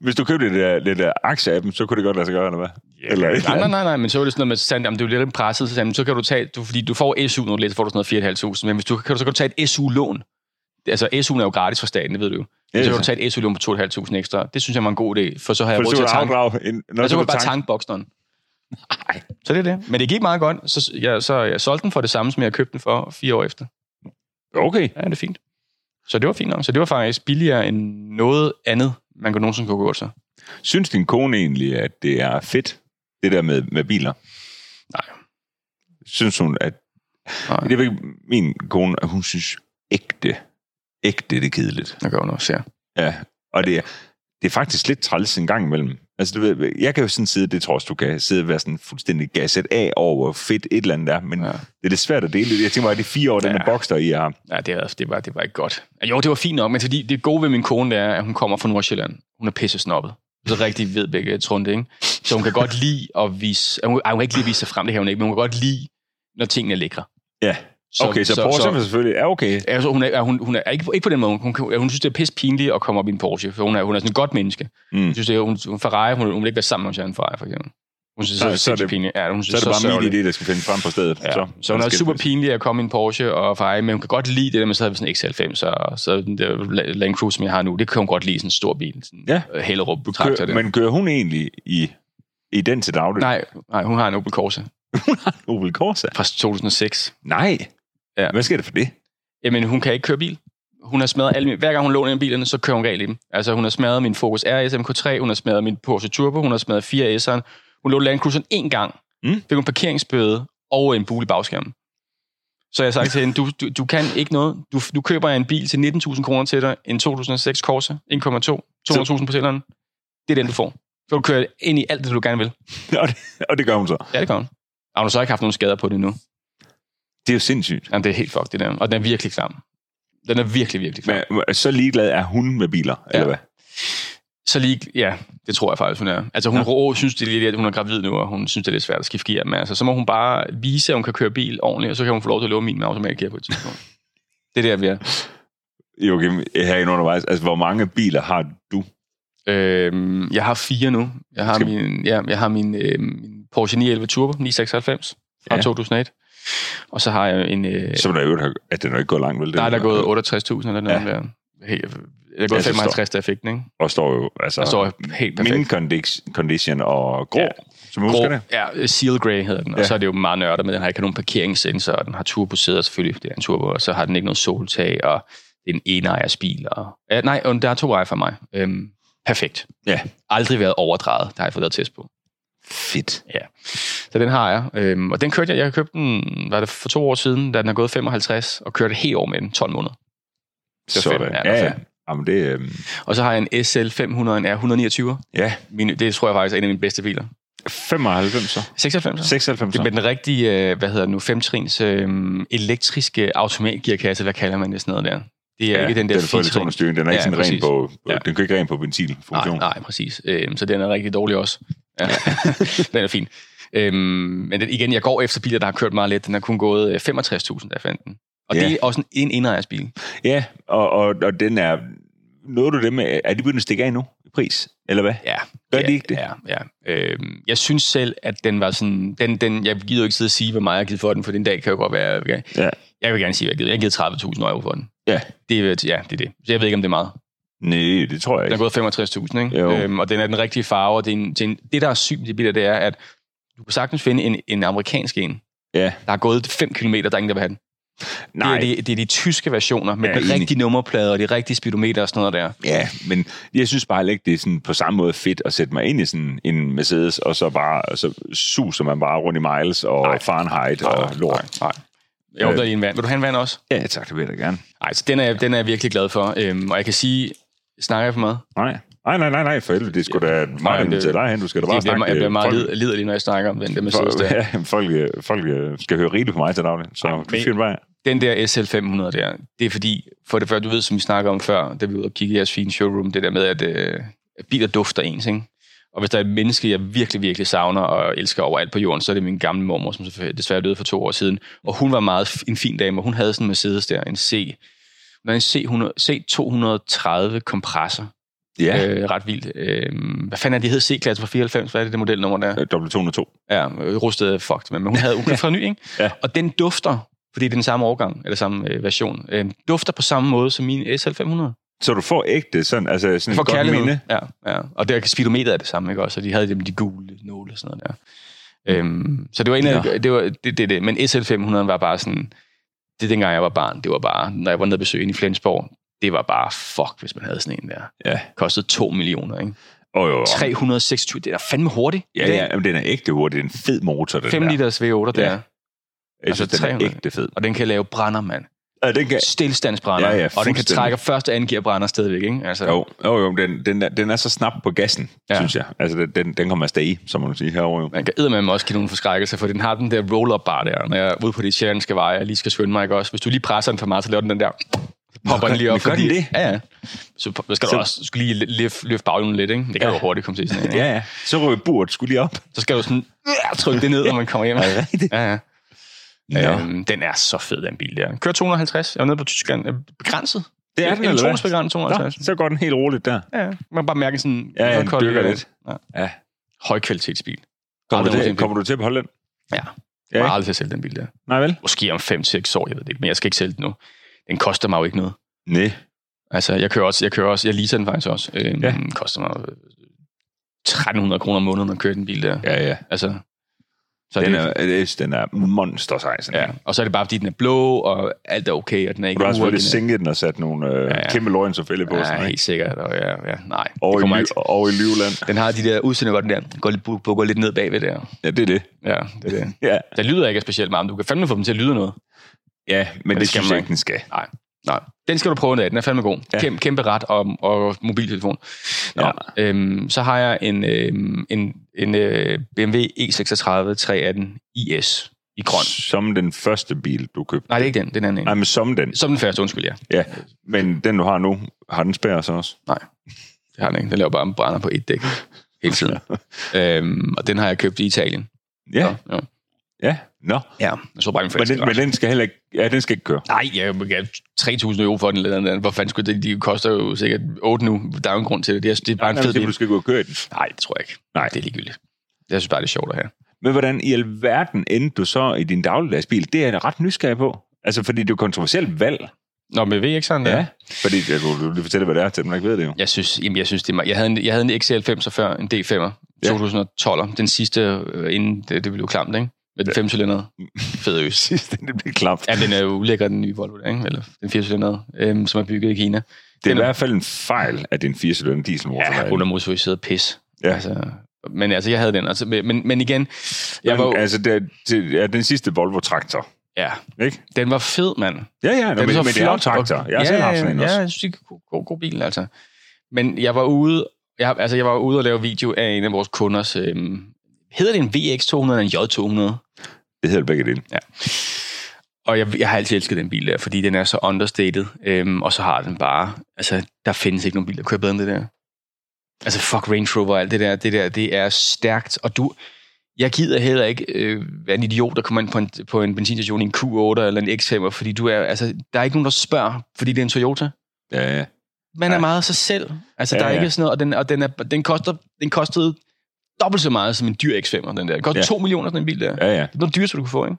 A: Hvis du købte lidt, øh, lidt øh, aktie af dem, så kunne det godt lade sig gøre, eller hvad? Eller, et eller
B: Nej, nej,
A: andet.
B: nej, nej, men så var det sådan noget med, så sagde, han, jamen, det er jo lidt presset, så sagde, han, så kan du tage, du, fordi du får SU nu lidt, så får du sådan noget 4.500, men hvis du, kan du, så kan du tage et SU-lån. Altså, SU'en er jo gratis for staten, det ved du jo.
A: Ja,
B: Ja, så
A: ja.
B: kan du tage et SU-lån på 2.500 ekstra. Det synes jeg var en god idé, for så har jeg
A: (laughs) For
B: råd
A: så
B: til
A: kunne
B: at
A: du
B: tanke.
A: afdrage en... Nå,
B: Og så
A: du
B: kunne jeg bare
A: tanke-
B: tanke bokseren. Så det er det. Men det gik meget godt, så jeg, så jeg solgte den for det samme, som jeg købte den for fire år efter.
A: Okay.
B: Ja, det er fint. Så det var fint nok. Så det var faktisk billigere end noget andet, man kunne nogensinde kunne gå til.
A: Synes din kone egentlig, at det er fedt, det der med, med biler?
B: Nej.
A: Synes hun, at...
B: Nej.
A: Det er ikke min kone, at hun synes ægte, ægte det er kedeligt.
B: Jeg gør jo noget, ser.
A: Ja, og det er, det er faktisk lidt træls en gang imellem. Altså, du ved, jeg kan jo sådan sidde, det tror jeg også, du kan, sidde og være sådan fuldstændig gasset af over, hvor fedt et eller andet er, men ja.
B: Ja.
A: det er lidt svært at dele det. Jeg tænker bare, at det er fire år, den
B: Ja.
A: der boks, der I har.
B: Nej, det var, det, var, det var ikke godt. Jo, det var fint nok, men fordi det gode ved min kone, det er, at hun kommer fra Nordsjælland. Hun er pisse snobbet. Så rigtig ved begge trunde, ikke? Så hun kan godt lide at vise... Ej, hun, ej, hun kan ikke lige vise sig frem, det kan hun ikke, men hun kan godt lide, når tingene er lækre.
A: Ja. Okay, så, så Porsche så, selvfølgelig er okay.
B: Altså, hun, er, hun, hun er ikke, ikke på den måde. Hun, hun, hun synes, det er pisse pinligt at komme op i en Porsche, for hun er, hun er sådan et godt menneske.
A: Mm.
B: Hun synes, det er, hun, hun Ferrari, hun, hun vil ikke være sammen med en Ferrari, for eksempel. Hun synes,
A: Nej,
B: det er
A: så er
B: sindssygt
A: det-
B: pinligt. Ja, hun synes,
A: Så er det bare
B: sørgeligt.
A: min idé, der skal finde frem på stedet.
B: Ja. Altså, Så, så hun er
A: skal-
B: super pinlig at komme i en Porsche og feje, men hun kan godt lide det der med, så havde vi sådan en X90, og så den der La- Land Cruiser, som jeg har nu, det kan hun godt lide, sådan en stor bil. Sådan
A: Ja.
B: Hellerup traktor
A: Kører,
B: der. Men...
A: men kører hun egentlig i, i den til daglig?
B: Nej, nej, hun har en Opel Corsa
A: Opel Corsa?
B: fra 2006.
A: Nej.
B: Ja.
A: Hvad sker der for det?
B: Jamen, hun kan ikke køre bil. Hun har smadret alle mine... Hver gang hun låner en af bilerne, så kører hun galt i dem. Altså, hun har smadret min Focus RS MK3, hun har smadret min Porsche Turbo, hun har smadret 4S'eren. Hun lå Land Cruiseren én gang.
A: Mm.
B: Fik hun parkeringsbøde og en bule i bagskærmen. Så jeg har sagt til hende, du, du, du kan ikke noget. Du, du køber en bil til 19.000 kroner til dig, en 2006 Corsa, 1,2, 200.000 på tælleren. Det er den, du får. Så kan du kører ind i alt det, du gerne vil.
A: og, det, og det gør hun så.
B: Ja, det gør hun. Og hun har så ikke haft nogen skader på det endnu.
A: Det er jo sindssygt.
B: Jamen, det er helt fucked, det der. Og den er virkelig klam. Den er virkelig, virkelig klam.
A: Men, så ligeglad er hun med biler, ja. eller hvad?
B: Så lige, ja, det tror jeg faktisk, hun er. Altså hun
A: Ja.
B: ja. rå, synes det er lidt, at hun er gravid nu, og hun synes, det er lidt svært at skifte gear. Men altså, så må hun bare vise, at hun kan køre bil ordentligt, og så kan hun få lov til at låne min med automatgear på et tidspunkt. det er der, vi er.
A: Jo, okay, herinde undervejs. Altså, hvor mange biler har du?
B: Øhm, jeg har fire nu. Jeg har
A: Skal-
B: min, ja, jeg har min, øh, min Porsche 911 Turbo 996 fra
A: Ja.
B: ja. 2001. Og så har jeg en... Øh,
A: Som der i øvrigt har, at den er ikke gået langt, vel? Den
B: nej, der er gået 68.000 eller noget.
A: Ja.
B: Ja. Der. Helt, der er
A: det
B: gået
A: står-
B: 55, da jeg fik den, ikke?
A: Og står jo, altså...
B: Der står helt perfekt.
A: min condition, condition og grå, ja.
B: Ja.
A: som jeg husker
B: Grå-
A: det.
B: Ja, Seal Grey hedder den. Og
A: Ja.
B: så er det jo meget nørdet med, den har ikke nogen parkeringssensor, og den har turbosæder selvfølgelig, fordi det er en turbo, og så har den ikke noget soltag, og det er en enejers bil. Og, ja, nej, og der er to ejere for mig. Øhm, perfekt.
A: Ja.
B: Aldrig været overdrejet, der har jeg fået lavet test på.
A: Fedt.
B: Så den har jeg. Øhm, og den kørte jeg, jeg købte den, var det for to år siden, da den er gået 55, og kørte et helt år med den, 12 måneder. Det var
A: Sådan.
B: fedt. Ja, det
A: Ja,
B: var
A: ja.
B: fedt.
A: Jamen, det... øhm,
B: Og så har jeg en SL 500, en R129.
A: Ja,
B: Min, det tror jeg faktisk er en af mine bedste biler.
A: 95 så.
B: 96.
A: 96
B: Det er
A: så.
B: med den rigtige, øh, hvad hedder det nu, femtrins øh, elektriske automatgearkasse, hvad kalder man det sådan noget der? Det er ja, ikke den der
A: den får elektronisk
B: firetrins.
A: styring. Den er ikke
B: Ja,
A: sådan ren
B: præcis.
A: på, på
B: Ja.
A: den kører ikke ren på ventilfunktion.
B: Nej, nej, præcis. Øh, så den er rigtig dårlig også. Ja. (laughs) den er fin. Øhm, men den, igen, jeg går efter biler, der har kørt meget lidt. Den har kun gået øh, 65.000, da jeg fandt den. Og
A: Ja.
B: det er også en, en indejersbil.
A: Ja, og, og, og den er... Nåede du det med... Er de begyndt at stikke af nu i pris? Eller hvad?
B: Ja.
A: Gør
B: ja,
A: de ikke det?
B: Ja, ja. Øhm, jeg synes selv, at den var sådan... Den, den, jeg gider jo ikke sidde og sige, hvor meget jeg har givet for den, for den dag kan jo godt være... Jeg,
A: Ja.
B: jeg vil gerne sige, hvad jeg har givet. Jeg har givet 30.000 euro for den.
A: Ja.
B: Det, er- ja, det er det. Så jeg ved ikke, om det er meget.
A: Nej, det tror jeg
B: Den er
A: ikke.
B: gået 65.000, ikke?
A: Jo.
B: Øhm, og den er den rigtige farve, og det, er en, det, er en, det der er sygt med de biler, det er, at du kan sagtens finde en, en amerikansk en,
A: Ja.
B: der har gået 5 km, der er ingen, der vil have den.
A: Nej,
B: Det, er, de, det er de tyske versioner, med
A: Ja,
B: ja, de
A: enig.
B: rigtige nummerplader og de rigtige speedometer og sådan noget der.
A: ja, men jeg synes bare heller ikke, det er sådan på samme måde fedt at sætte mig ind i sådan en Mercedes, og så bare så suser man bare rundt i miles og nej, Fahrenheit nej, og lort. Nej.
B: Nej. Jeg
A: Øh.
B: håber, der er en vand. Vil du have en vand også?
A: Ja, tak, det vil jeg da gerne.
B: Nej, så den er, den er jeg virkelig glad for. Øhm, og jeg kan sige, snakker jeg for meget?
A: Nej, nej, nej, nej, nej for helvede, det er sgu da
B: nej,
A: meget
B: det-
A: til dig hen. Du skal da bare
B: Jeg bliver,
A: snakke... øh,
B: jeg bliver meget
A: folk-
B: lid, liderlig, når jeg snakker om den der Mercedes
A: folk,
B: der.
A: (laughs) ja, folk, øh, folk øh, skal høre rigeligt på mig til daglig, så du
B: men-
A: fyrer den bare. af.
B: den der SL500 der, det er fordi, for det første, du ved, som vi snakker om før, da vi var ude og kigge i jeres fine showroom, det der med, at, øh, at biler dufter ens, ikke? Og hvis der er et menneske, jeg virkelig, virkelig savner og elsker overalt på jorden, så er det min gamle mormor, som selvfølgelig desværre døde for to år siden. Og hun var meget f- en fin dame, og hun havde sådan en Mercedes der, en C. Hun havde en C100, C230 kompressor.
A: Ja,
B: Ja. Øh, ret vildt. Øh, hvad fanden er det, det hed C-klasse fra 94? Hvad er det, det modelnummer der?
A: Øh, W202.
B: Ja, øh, rustet er fucked, men men hun havde hun blev fra ny, ikke?
A: Ja.
B: Og den dufter, fordi det er den samme årgang, eller samme øh, version, øh, dufter på samme måde som min SL500.
A: Så du får ægte sådan, altså sådan
B: Jeg
A: et
B: får
A: godt
B: kærlighed.
A: minde.
B: Ja, ja. Og der speedometeret er det samme, ikke også? Og de havde dem de gule nåle og sådan noget der. Øhm, så det var en af, det var det, det, det. Men SL500 var bare sådan, det er dengang jeg var barn, det var bare, når jeg var nede og besøge hende i Flensborg, det var bare fuck, hvis man havde sådan en der.
A: Ja.
B: Kostede 2 millioner, ikke?
A: Oh, jo, jo.
B: 326, det er da fandme hurtigt.
A: Ja, ja, jamen, den er ægte hurtig. Det er en fed motor, den
B: 5
A: der.
B: liters V8 der.
A: Ja. Jeg synes,
B: altså
A: den er
B: 300.
A: ægte fed.
B: Og den kan lave brænder, mand.
A: Ja, den kan,
B: Stilstandsbrænder.
A: Ja, ja,
B: og den kan
A: fuldstændig.
B: trække første og anden gearbrænder stadigvæk, ikke? Altså,
A: jo, jo, jo men den, den, er, den er så snap på gassen,
B: Ja.
A: ja. synes jeg. Altså, den- den, den kommer afsted i, som man sige herovre. Jo.
B: Man kan med mig også give nogle forskrækkelser, for den har den der roll-up bar der, når jeg er ude på de sjællandske veje, jeg lige skal skynde mig, ikke også? Hvis du lige presser den for meget, så laver den den der... Popper den lige op.
A: gør den
B: fordi-
A: det?
B: Ja, ja. Så p- skal du
A: Så-
B: også du skal lige løfte, løfte baghjulen lidt, ikke? Det kan ja.
A: Ja.
B: du hurtigt komme til sådan en, ikke?
A: Ja, ja. Så ryger bordet skulle lige op.
B: Så skal du sådan øh, trykke det ned, når man kommer hjem.
A: det rigtigt?
B: Ja, ja.
A: Ja.
B: Øhm, den er så fed, den bil der. Den kører 250. Jeg var nede på Tyskland. Øh, Begrænset.
A: Det er den, eller
B: Elektronisk
A: hvad?
B: begrænset
A: Nå,
B: 250.
A: så går den helt roligt der.
B: Ja, ja. man kan bare mærke sådan...
A: Ja, ja, den
B: kold-
A: dykker lidt.
B: Ja.
A: Ja.
B: Højkvalitetsbil.
A: Kommer,
B: Aldrig
A: du, til,
B: nogensinde-
A: kommer du til at beholde den?
B: Ja.
A: Ja,
B: Jeg
A: ikke?
B: har aldrig til at sælge den bil der.
A: Nej, vel?
B: måske om 5-6 år, jeg ved det ikke, men jeg skal ikke sælge den nu. Den koster mig jo ikke noget.
A: Nej.
B: Altså, jeg kører også, jeg kører også, jeg leaser den faktisk også. Øhm, ja.
A: Ja.
B: Den koster mig øh, 1300 kroner om måneden at køre den bil der. Ja.
A: Ja, ja.
B: Altså, så er
A: Den
B: det,
A: er, det- den er monster sej, sådan
B: ja. Og så er det bare, fordi den er blå, og alt er okay, og den er
A: Og
B: ikke
A: Du har selvfølgelig
B: uoriginal.
A: sænket den og sat nogle øh,
B: Ja, ja.
A: kæmpe løgn som fælde på.
B: Ja,
A: sådan, ikke?
B: helt sikkert. Og ja, ja, nej, det
A: Over, i,
B: kommer
A: Ly-
B: ikke. til.
A: over i Livland.
B: Den har de der udseende, hvor den der går lidt, bukker lidt ned bagved der.
A: Ja, det er det.
B: Ja, det er det.
A: Ja,
B: Den Altså, lyder ikke af specielt meget, men du kan fandme få dem til at lyde noget.
A: ja men, men det,
B: det
A: det
B: skal
A: synes
B: man
A: jeg ikke, den skal.
B: Nej, nej. Den skal du prøve en dag. Den er fandme god. Ja.
A: Ja.
B: Kæmpe, kæmpe ret og, og mobiltelefon. Nå,
A: Ja.
B: øhm, så har jeg en, øhm, en, en øh, BMW E36 318 IS i grøn.
A: Som den første bil, du købte.
B: Nej, det er ikke den. Den anden en.
A: Nej, men som den.
B: Som den første, undskyld, ja.
A: Ja, men den, du har nu, har den spærer så også?
B: Det har den ikke. Den laver bare brænder på et dæk hele
A: (laughs)
B: tiden. øhm, og den har jeg købt i Italien.
A: Ja, ja.
B: Så, ja.
A: Nå.
B: ja. Jeg så bare den
A: Men
B: første.
A: den, men den skal heller ikke, ja, den skal ikke køre.
B: Nej, jeg vil gerne 3.000 euro for den eller andet. Hvor fanden skulle det? De koster jo sikkert 8 nu. Der er jo en grund til det. Det er, det er bare en
A: Nej,
B: fed
A: det,
B: bil.
A: du skal gå og køre i den.
B: Nej, det tror jeg ikke.
A: Nej.
B: Det er ligegyldigt. Jeg synes bare, det er sjovt at have.
A: Men hvordan i alverden endte du så i din dagligdagsbil? Det er jeg da ret nysgerrig på. Altså, fordi det er jo et kontroversielt valg.
B: Nå, men ved ikke sådan,
A: Ja.
B: ja.
A: ja. Fordi jeg kunne lige fortælle, hvad det er til, dem, der ikke ved det jo.
B: Jeg synes, jamen, jeg synes det er meget. Jeg havde en, jeg havde en XC90 før, en D5'er,
A: Ja.
B: 2012'er. Den sidste, øh, inden det, det blev klamt, ikke? Med den femcylindrede. Fed øs.
A: Sidst, det blev klamt.
B: Ja, den er jo ulækker, den nye Volvo, der, ikke? Eller den firecylindrede, øhm, som er bygget i Kina.
A: Det er
B: Den
A: i
B: er-
A: hvert fald en fejl, at det er en 80 løn dieselmotor.
B: Ja, hun er motoriseret pis.
A: Ja.
B: Altså, men altså, jeg havde den. Altså, men, men igen, jeg
A: jeg
B: var, jo-
A: Altså, det er, det er den sidste Volvo-traktor,
B: ja,
A: ikke?
B: den var fed, mand.
A: Ja, ja,
B: Den
A: men, men det er jo en traktor. Jeg har
B: ja,
A: selv haft sådan en
B: ja,
A: også.
B: Ja, jeg synes, det er en god, god, god bil, altså. Men jeg var ude, jeg, har- altså, jeg var ude og lave video af en af vores kunders... Øhm, hedder det en VX200 eller en J200?
A: Det hedder begge dele.
B: Og jeg, jeg har altid elsket den bil der, fordi den er så understated. Øhm, og så har den bare... Altså, der findes ikke nogen bil, der kører bedre end det der. Altså, fuck Range Rover og alt det der. Det der, det er stærkt. Og du... Jeg gider heller ikke øh, være en idiot, der kommer ind på en, på en benzinstation i en Q8 eller en X5'er, fordi du er, altså, der er ikke nogen, der spørger, fordi det er en Toyota.
A: Ja, ja.
B: man er
A: Ja.
B: meget sig selv. Altså, ja,
A: Ja,
B: der er
A: ja.
B: ikke sådan noget, og den, og den, er, den, koster, den kostede dobbelt så meget som en dyr X5'er, den der. Den koster
A: Ja.
B: 2 millioner, sådan en bil der. Det
A: ja, ja.
B: er noget dyreste, du kunne få, ikke?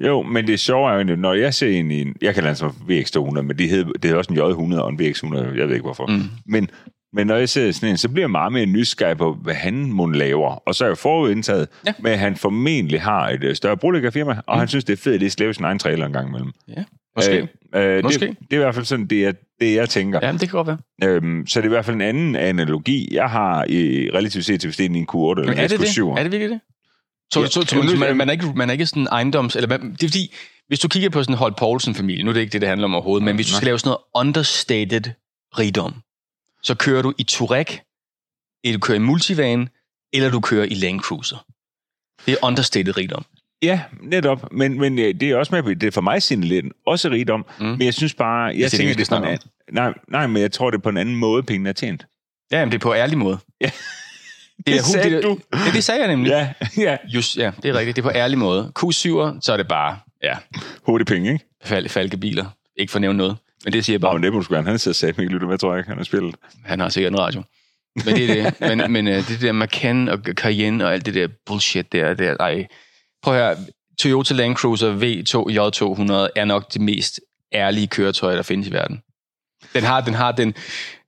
A: Jo, men det sjove er jo egentlig, når jeg ser en i en... Jeg kan lade mig VX200, men det hed, det hed også en J100 og en VX100, jeg ved ikke hvorfor.
B: Mm.
A: Men, men når jeg ser sådan en, så bliver jeg meget mere nysgerrig på, hvad han mund laver. Og så er jeg forudindtaget
B: Ja.
A: ja. med, at han formentlig har et øh, større brugelæggerfirma, og mm. han synes, det er fedt, at det slæver sin egen trailer en gang imellem.
B: Måske.
A: Øh, øh,
B: Måske.
A: Det, det er i hvert fald sådan, det er det, jeg tænker.
B: ja, men det kan godt være.
A: Øhm, så det er i hvert fald en anden analogi, jeg har i relativt set til, hvis det er en Q8 eller
B: Men er
A: en
B: det det?
A: SQ7.
B: Er det virkelig det? Så,
A: Ja,
B: så, så,
A: jamen,
B: så
A: nu-
B: man, man, er ikke, man er ikke sådan ejendoms... Eller, man, det er fordi, hvis du kigger på sådan en Holt Poulsen-familie, nu er det ikke det, det handler om overhovedet, men hvis du
A: Nej.
B: skal lave sådan noget understated rigdom, så kører du i Touareg, eller du kører i Multivan, eller du kører i Land Cruiser. Det er understated rigdom.
A: Ja, netop. Men, men øh, det er også med, på- det er for mig signaleret også rigdom.
B: Mm.
A: Mm. Men jeg synes bare, jeg
B: det er det, vi
A: tænker,
B: skal
A: det er sådan,
B: snakke
A: at, nej, nej, men jeg tror, det er på en anden måde, pengene er tjent.
B: Ja, men det er på ærlig måde.
A: Ja.
B: Det, er
A: Det sagde
B: det,
A: du.
B: Ja, det sagde jeg nemlig.
A: Ja, (laughs) ja.
B: Just, ja, det er rigtigt. Det er på ærlig måde. Q7'er, så er det bare, ja,
A: Hurtige penge, ikke?
B: fal- falkebiler. Ikke for at nævne noget. Men det siger jeg
A: Nå,
B: bare,
A: men det må du sgu gerne. Han sidder sat ikke lytter med, tror jeg ikke. Han har spillet.
B: han har sikkert en radio. Men det
A: (laughs)
B: er det. Men, men øh, det der Macan og Cayenne og alt det der bullshit der, der ej. Prøv her. Toyota Land Cruiser V2 J200 er nok det mest ærlige køretøj, der findes i verden. Den har, den har den,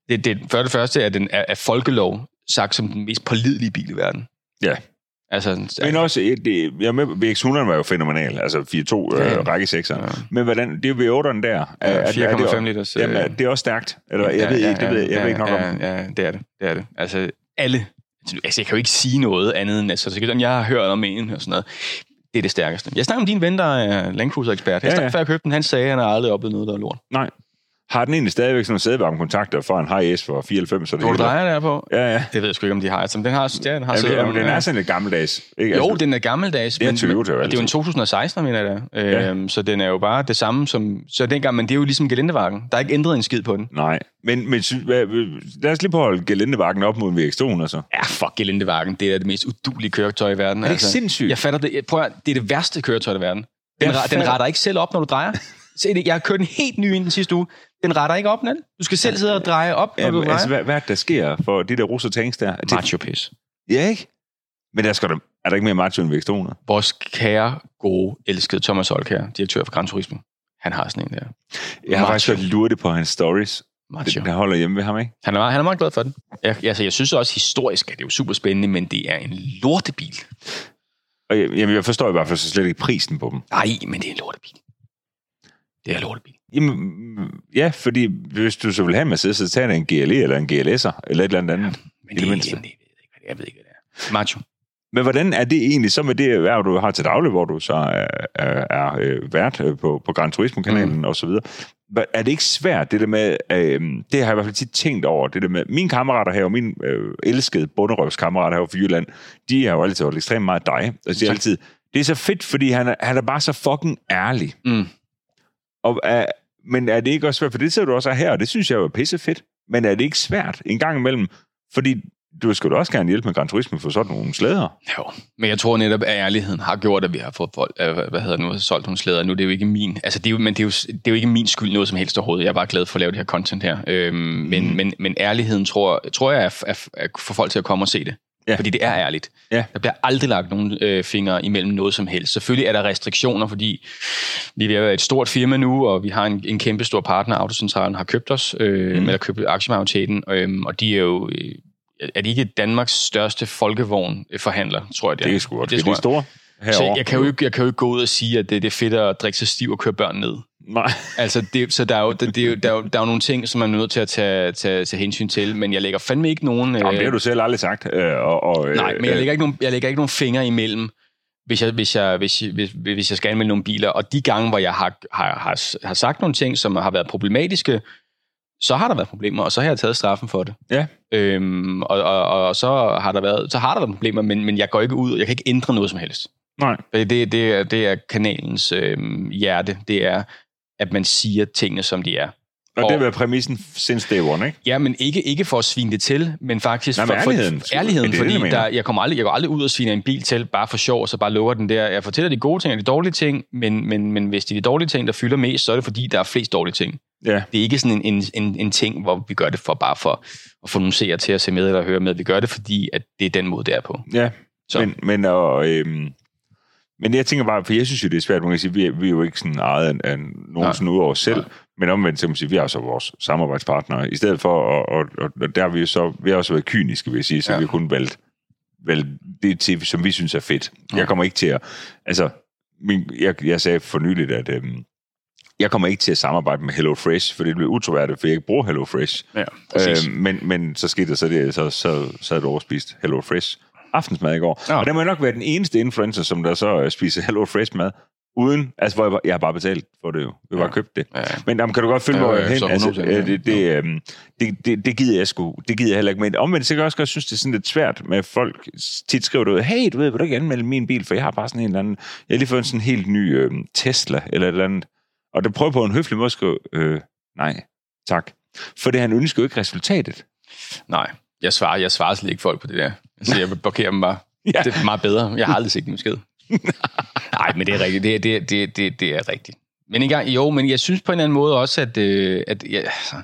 B: det, det, for det første er den er, er folkelov sagt som den mest pålidelige bil i verden.
A: Ja.
B: Altså,
A: Men også, øh, det, jeg er med, VX100 var jo fænomenal. Altså 4-2
B: Ja,
A: ja,
B: ja.
A: øh, række 6'er.
B: Ja.
A: Ja. Men hvordan, det er V8'eren der. Er- er- er det-
B: 4,5 liters. øh,
A: Jamen, er- det er også stærkt. Eller, jeg ved ikke, det ved, jeg, jeg ved ikke nok
B: ja,
A: om.
B: Ja, ja, det er det. det er det. Altså, alle... Altså, jeg kan jo ikke sige noget andet end, altså, så kan jeg sige, "Jamen, jeg har hørt om en og sådan noget. Det er det stærkeste. Jeg snakker om din ven, der er Land Cruiser-ekspert.
A: Ja,
B: Ja,
A: ja.
B: ja. Før jeg købte den, han sagde, at han har aldrig oplevet noget, der er lort.
A: Nej. Har den egentlig stadigvæk sådan nogle sædevarmekontakter fra en high S for 94? Så det
B: Hvor du
A: hele-
B: drejer der på?
A: Ja, ja.
B: Det ved jeg sgu ikke, om de har. Altså, men den har, ja, den har
A: Altså,
B: siddet
A: jamen,
B: om-
A: den
B: ja.
A: er sådan lidt gammeldags. Ikke?
B: Jo,
A: altså,
B: den er gammeldags.
A: Det er Toyota, jo
B: men, og det er jo en
A: altid.
B: 2016, mener jeg da. Øhm, Så den er jo bare det samme som... Så dengang, men det er jo ligesom Gelendevagen. Der er ikke ændret en skid på den.
A: Nej, men, men sy- hvad, lad os lige prøve at holde Gelindebakken op mod altså. en VX200 så.
B: Ja, fuck Gelendevagen. Det er da det mest udulige køretøj i verden. altså. Er
A: det ikke sindssygt?
B: Jeg fatter det. Jeg- Prøv at, det er det værste køretøj i verden. Den,
A: Jeg
B: re- den
A: fatter-
B: retter ikke selv op, når du drejer. Se det, jeg har kørt en helt ny ind den sidste uge. Den retter ikke op, Nal. Du skal selv sidde og dreje op, når du
A: Jamen, altså,
B: drejer. Altså,
A: hvad, hvad er det, der sker for de der russer tanks der? Det,
B: Macho pis.
A: ja, ikke? Men der skal der, er der ikke mere macho end VX200?
B: Vores kære, gode, elskede Thomas Holkær, direktør for Gran Turismo. Han har sådan en der.
A: Jeg har
B: Macho.
A: faktisk godt lurtet på hans stories,
B: Macho.
A: det, der holder hjemme ved ham, ikke?
B: Han er, meget- han er meget glad for den. Jeg, altså, jeg synes også historisk, at det er jo super spændende, men det er en lortebil.
A: Og jeg, jamen, jeg forstår i hvert fald så slet ikke prisen på dem.
B: Nej, men det er en lortebil. Det er en lortebil.
A: Jamen, ja, fordi hvis du så vil have en Mercedes, så tager en GLE eller en GLS'er, eller et eller andet andet. det
B: Men det, er
A: mindste.
B: en- det, jeg ved ikke, hvad det er. Macho.
A: Men hvordan er det egentlig så med det erhverv, du har til daglig, hvor du så er, er, er øh, vært øh, på, på Gran Turismo-kanalen mm. og så videre? Hva- Er det ikke svært, det der med, øh, det har jeg i hvert fald tit tænkt over, det der med, mine kammerater her, og mine øh, elskede bunderøvskammerater her fra Jylland, de har jo altid holdt ekstremt meget af dig, og siger
B: Tak.
A: altid, det er så fedt, fordi han er, han er bare så fucking ærlig.
B: Mm.
A: Og er, men er det ikke også svært? For det ser du også her, og det synes jeg jo er pissefedt. Men er det ikke svært en gang imellem? Fordi du skulle da også gerne hjælpe med Gran Turismo for sådan nogle slæder.
B: Jo, men jeg tror netop, at ærligheden har gjort, at vi har fået folk, øh, hvad hedder det nu, solgt nogle slæder. Nu det er jo ikke min, altså det er jo, men det er jo, det er jo ikke min skyld noget som helst overhovedet. Jeg er bare glad for at lave det her content her. Øhm, men,
A: Mm.
B: mm. men, men ærligheden tror, tror jeg, er, er, er, får folk til at komme og se det.
A: Ja.
B: Ja. Fordi det er ærligt.
A: Ja.
B: Der bliver aldrig lagt nogen øh, fingre imellem noget som helst. Selvfølgelig er der restriktioner, fordi vi er ved at være et stort firma nu, og vi har en, en kæmpe stor partner, Autocentralen har købt os, øh,
A: Mm.
B: mm. eller købt aktiemajoriteten, øh, og de er jo... Øh, er det ikke Danmarks største folkevognforhandler, tror jeg det er.
A: Det er sgu godt.
B: Det
A: Det er de
B: tror jeg.
A: store
B: Så
A: herovre.
B: jeg kan, jo ikke, jeg kan jo ikke gå ud og sige, at det, det er fedt at drikke sig stiv og køre børn ned.
A: Nej.
B: Altså, det, så der er, jo, det, det er jo, der, er jo, der er jo nogle ting, som man er nødt til at tage, tage, tage hensyn til, men jeg lægger fandme ikke nogen...
A: Jamen, det har
B: øh,
A: du selv aldrig sagt. Øh, og, og, øh,
B: Nej, men jeg
A: øh,
B: lægger ikke nogen, jeg lægger ikke nogen fingre imellem, hvis jeg, hvis, jeg, hvis, hvis, hvis jeg skal anmelde nogle biler. Og de gange, hvor jeg har, har, har, har sagt nogle ting, som har været problematiske, så har der været problemer, og så har jeg taget straffen for det.
A: Ja.
B: Øhm, og, og, og, så har der været, så har der været problemer, men, men jeg går ikke ud, jeg kan ikke ændre noget som helst.
A: Nej.
B: Det, det, det, er, det er kanalens øhm, hjerte, det er, at man siger tingene, som de er.
A: Og det har
B: og-
A: været præmissen since day one, ikke?
B: Ja, men ikke, ikke for at svine det til, men faktisk
A: Nej, men
B: for,
A: ærligheden.
B: for, for ærligheden,
A: Det er det,
B: fordi
A: jeg mener.
B: der, jeg, kommer aldrig, jeg går aldrig ud og sviner en bil til, bare for sjov, og så bare lukker den der. Jeg fortæller de gode ting og de dårlige ting, men, men, men hvis det er de dårlige ting, der fylder mest, så er det fordi, der er flest dårlige ting.
A: Ja.
B: Det er ikke sådan en, en, en, en ting, hvor vi gør det for bare for at få nogle seere til at se med eller høre med. Vi gør det, fordi at det er den måde, det er på.
A: Ja,
B: Så.
A: men, men, og, øhm, men jeg tænker bare, for jeg synes jo, det er svært, man kan sige, vi er, vi er jo ikke sådan ejet af, af nogen
B: Nej.
A: sådan ud over os selv,
B: Nej.
A: men omvendt så kan man sige, vi er jo så vores samarbejdspartnere, i stedet for, og, og, og, og der har vi jo så, vi har også været kyniske, vil jeg sige, så ja.
B: Ja.
A: vi har kun valgt, valgt det til, som vi synes er fedt. Ja.
B: Ja.
A: Jeg kommer ikke til at, altså, min, jeg, jeg sagde for nyligt, at øhm, jeg kommer ikke til at samarbejde med HelloFresh, for det bliver utroværdigt, for jeg ikke bruger HelloFresh.
B: Ja,
A: Øh, men, men så skete der så det, så, så, så havde du overspist Hello Fresh aftensmad i går. Ja.
B: Nå.
A: Og der må jeg nok være den eneste influencer, som der så øh, spiser Hello Fresh mad, uden, altså hvor jeg, bare- jeg har bare betalt for det jo. Jeg har bare
B: Ja.
A: købt det.
B: Ja.
A: Men jamen, kan du godt følge
B: Ja,
A: mig
B: ja,
A: hen?
B: så
A: Altså,
B: 100%,
A: øh, det, det, øhm, det, det, det, gider jeg sgu. Det gider jeg heller ikke. Men omvendt, så kan jeg også godt synes, det er sådan lidt svært med at folk tit skriver det ud. Hey, du ved, vil du ikke anmelde min bil, for jeg har bare sådan en eller anden... Jeg har lige fået en sådan helt ny øhm, Tesla eller et eller andet. Og det prøver på en høflig måde at skrive, øh, nej, tak. For det, han ønsker jo ikke resultatet.
B: Nej, jeg svarer, jeg svarer slet ikke folk på det der. Altså, jeg blokerer dem bare.
A: Ja.
B: Ja. Det er meget bedre. Jeg har aldrig set dem skid. Nej, men det er rigtigt. Det er, det, er- det, er- det, er- det er rigtigt. Men engang, jo, men jeg synes på en eller anden måde også, at, øh, at ja, altså,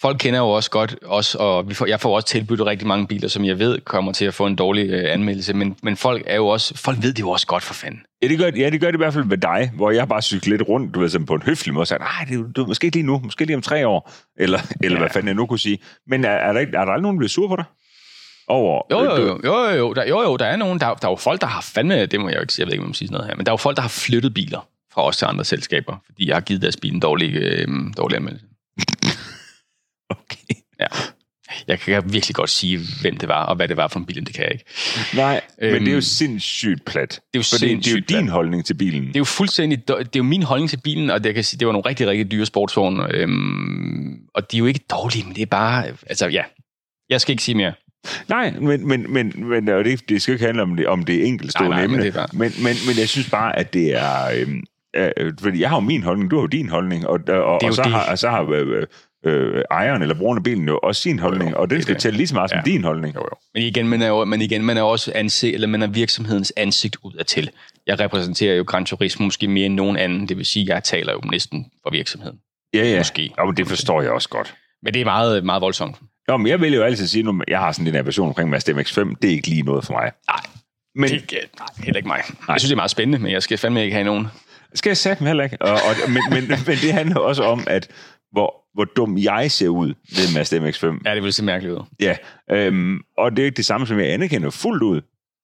B: folk kender jo også godt os, og vi får, jeg får også tilbudt rigtig mange biler, som jeg ved kommer til at få en dårlig øh, anmeldelse, men, men folk er jo også, folk ved det jo også godt for fanden.
A: Ja det, gør, ja, det gør det i hvert fald ved dig, hvor jeg bare cykler lidt rundt, du ved, sådan på en høflig måde, og sagde, nej, det, er jo- du, måske ikke lige nu, måske lige om tre år, eller, eller ja.
B: Ja.
A: hvad fanden jeg nu kunne sige. Men er, er, der, ikke, er der aldrig nogen, der bliver sur på dig? Over,
B: Jo, jo,
A: du-
B: jo, jo, jo, der, jo, jo, der er nogen, der, der er jo folk, der har fandme, det må jeg jo ikke sige, jeg ved ikke, om jeg må sige sådan noget her, men der er jo folk, der har flyttet biler fra os til andre selskaber, fordi jeg har givet deres bil en dårlig, øh, dårlig anmeldelse.
A: Okay.
B: Ja. Jeg kan virkelig godt sige, hvem det var, og hvad det var for en bil, det kan jeg ikke.
A: Nej, øhm, men det er jo
B: Øhm,
A: sindssygt plat.
B: jo
A: For det, det er jo
B: sindssygt
A: din
B: plat.
A: holdning til bilen.
B: Det er jo fuldstændig, det er jo min holdning til bilen, og det, jeg kan sige, det var nogle rigtig, rigtig dyre sportsvogne, øhm, og de er jo ikke dårlige, men det er bare, altså ja, jeg skal ikke sige mere.
A: Nej, men, men, men, men og det, det skal jo ikke handle om det, om det enkeltstående
B: Nej, nej, men
A: emne.
B: det er bare-
A: men, men, men jeg synes bare, at det er... øhm, Øh, fordi jeg har jo min holdning, du har jo din holdning, og, og, og,
B: jo
A: og så
B: det.
A: har, og så har øh, øh, ejeren eller brugeren af bilen jo også sin holdning,
B: jo,
A: og
B: det
A: den
B: er
A: skal
B: det.
A: tælle lige så meget som
B: Ja.
A: din holdning.
B: Jo, jo. Men igen, man er jo, men igen, man er også ansigt, eller man er virksomhedens ansigt udadtil. Jeg repræsenterer jo Gran Turismo måske mere end nogen anden, det vil sige, jeg taler jo næsten for virksomheden.
A: Ja, ja.
B: Måske.
A: Jo, men det forstår jeg også godt.
B: Men det er meget, meget voldsomt.
A: Nå, men jeg vil jo altid sige, at jeg har sådan en aversion omkring Mazda MX-5, det er ikke lige noget for mig.
B: Nej,
A: Men
B: det, er- nej, heller ikke mig. Jeg synes, det er meget spændende, men jeg skal fandme ikke have nogen.
A: Skal jeg satme heller ikke. Og, og, men, men, men det handler også om, at hvor, hvor dum jeg ser ud ved Mazda MX-5.
B: Ja, det vil se mærkeligt ud.
A: Ja. Øhm, og det er ikke det samme, som jeg anerkender fuldt ud.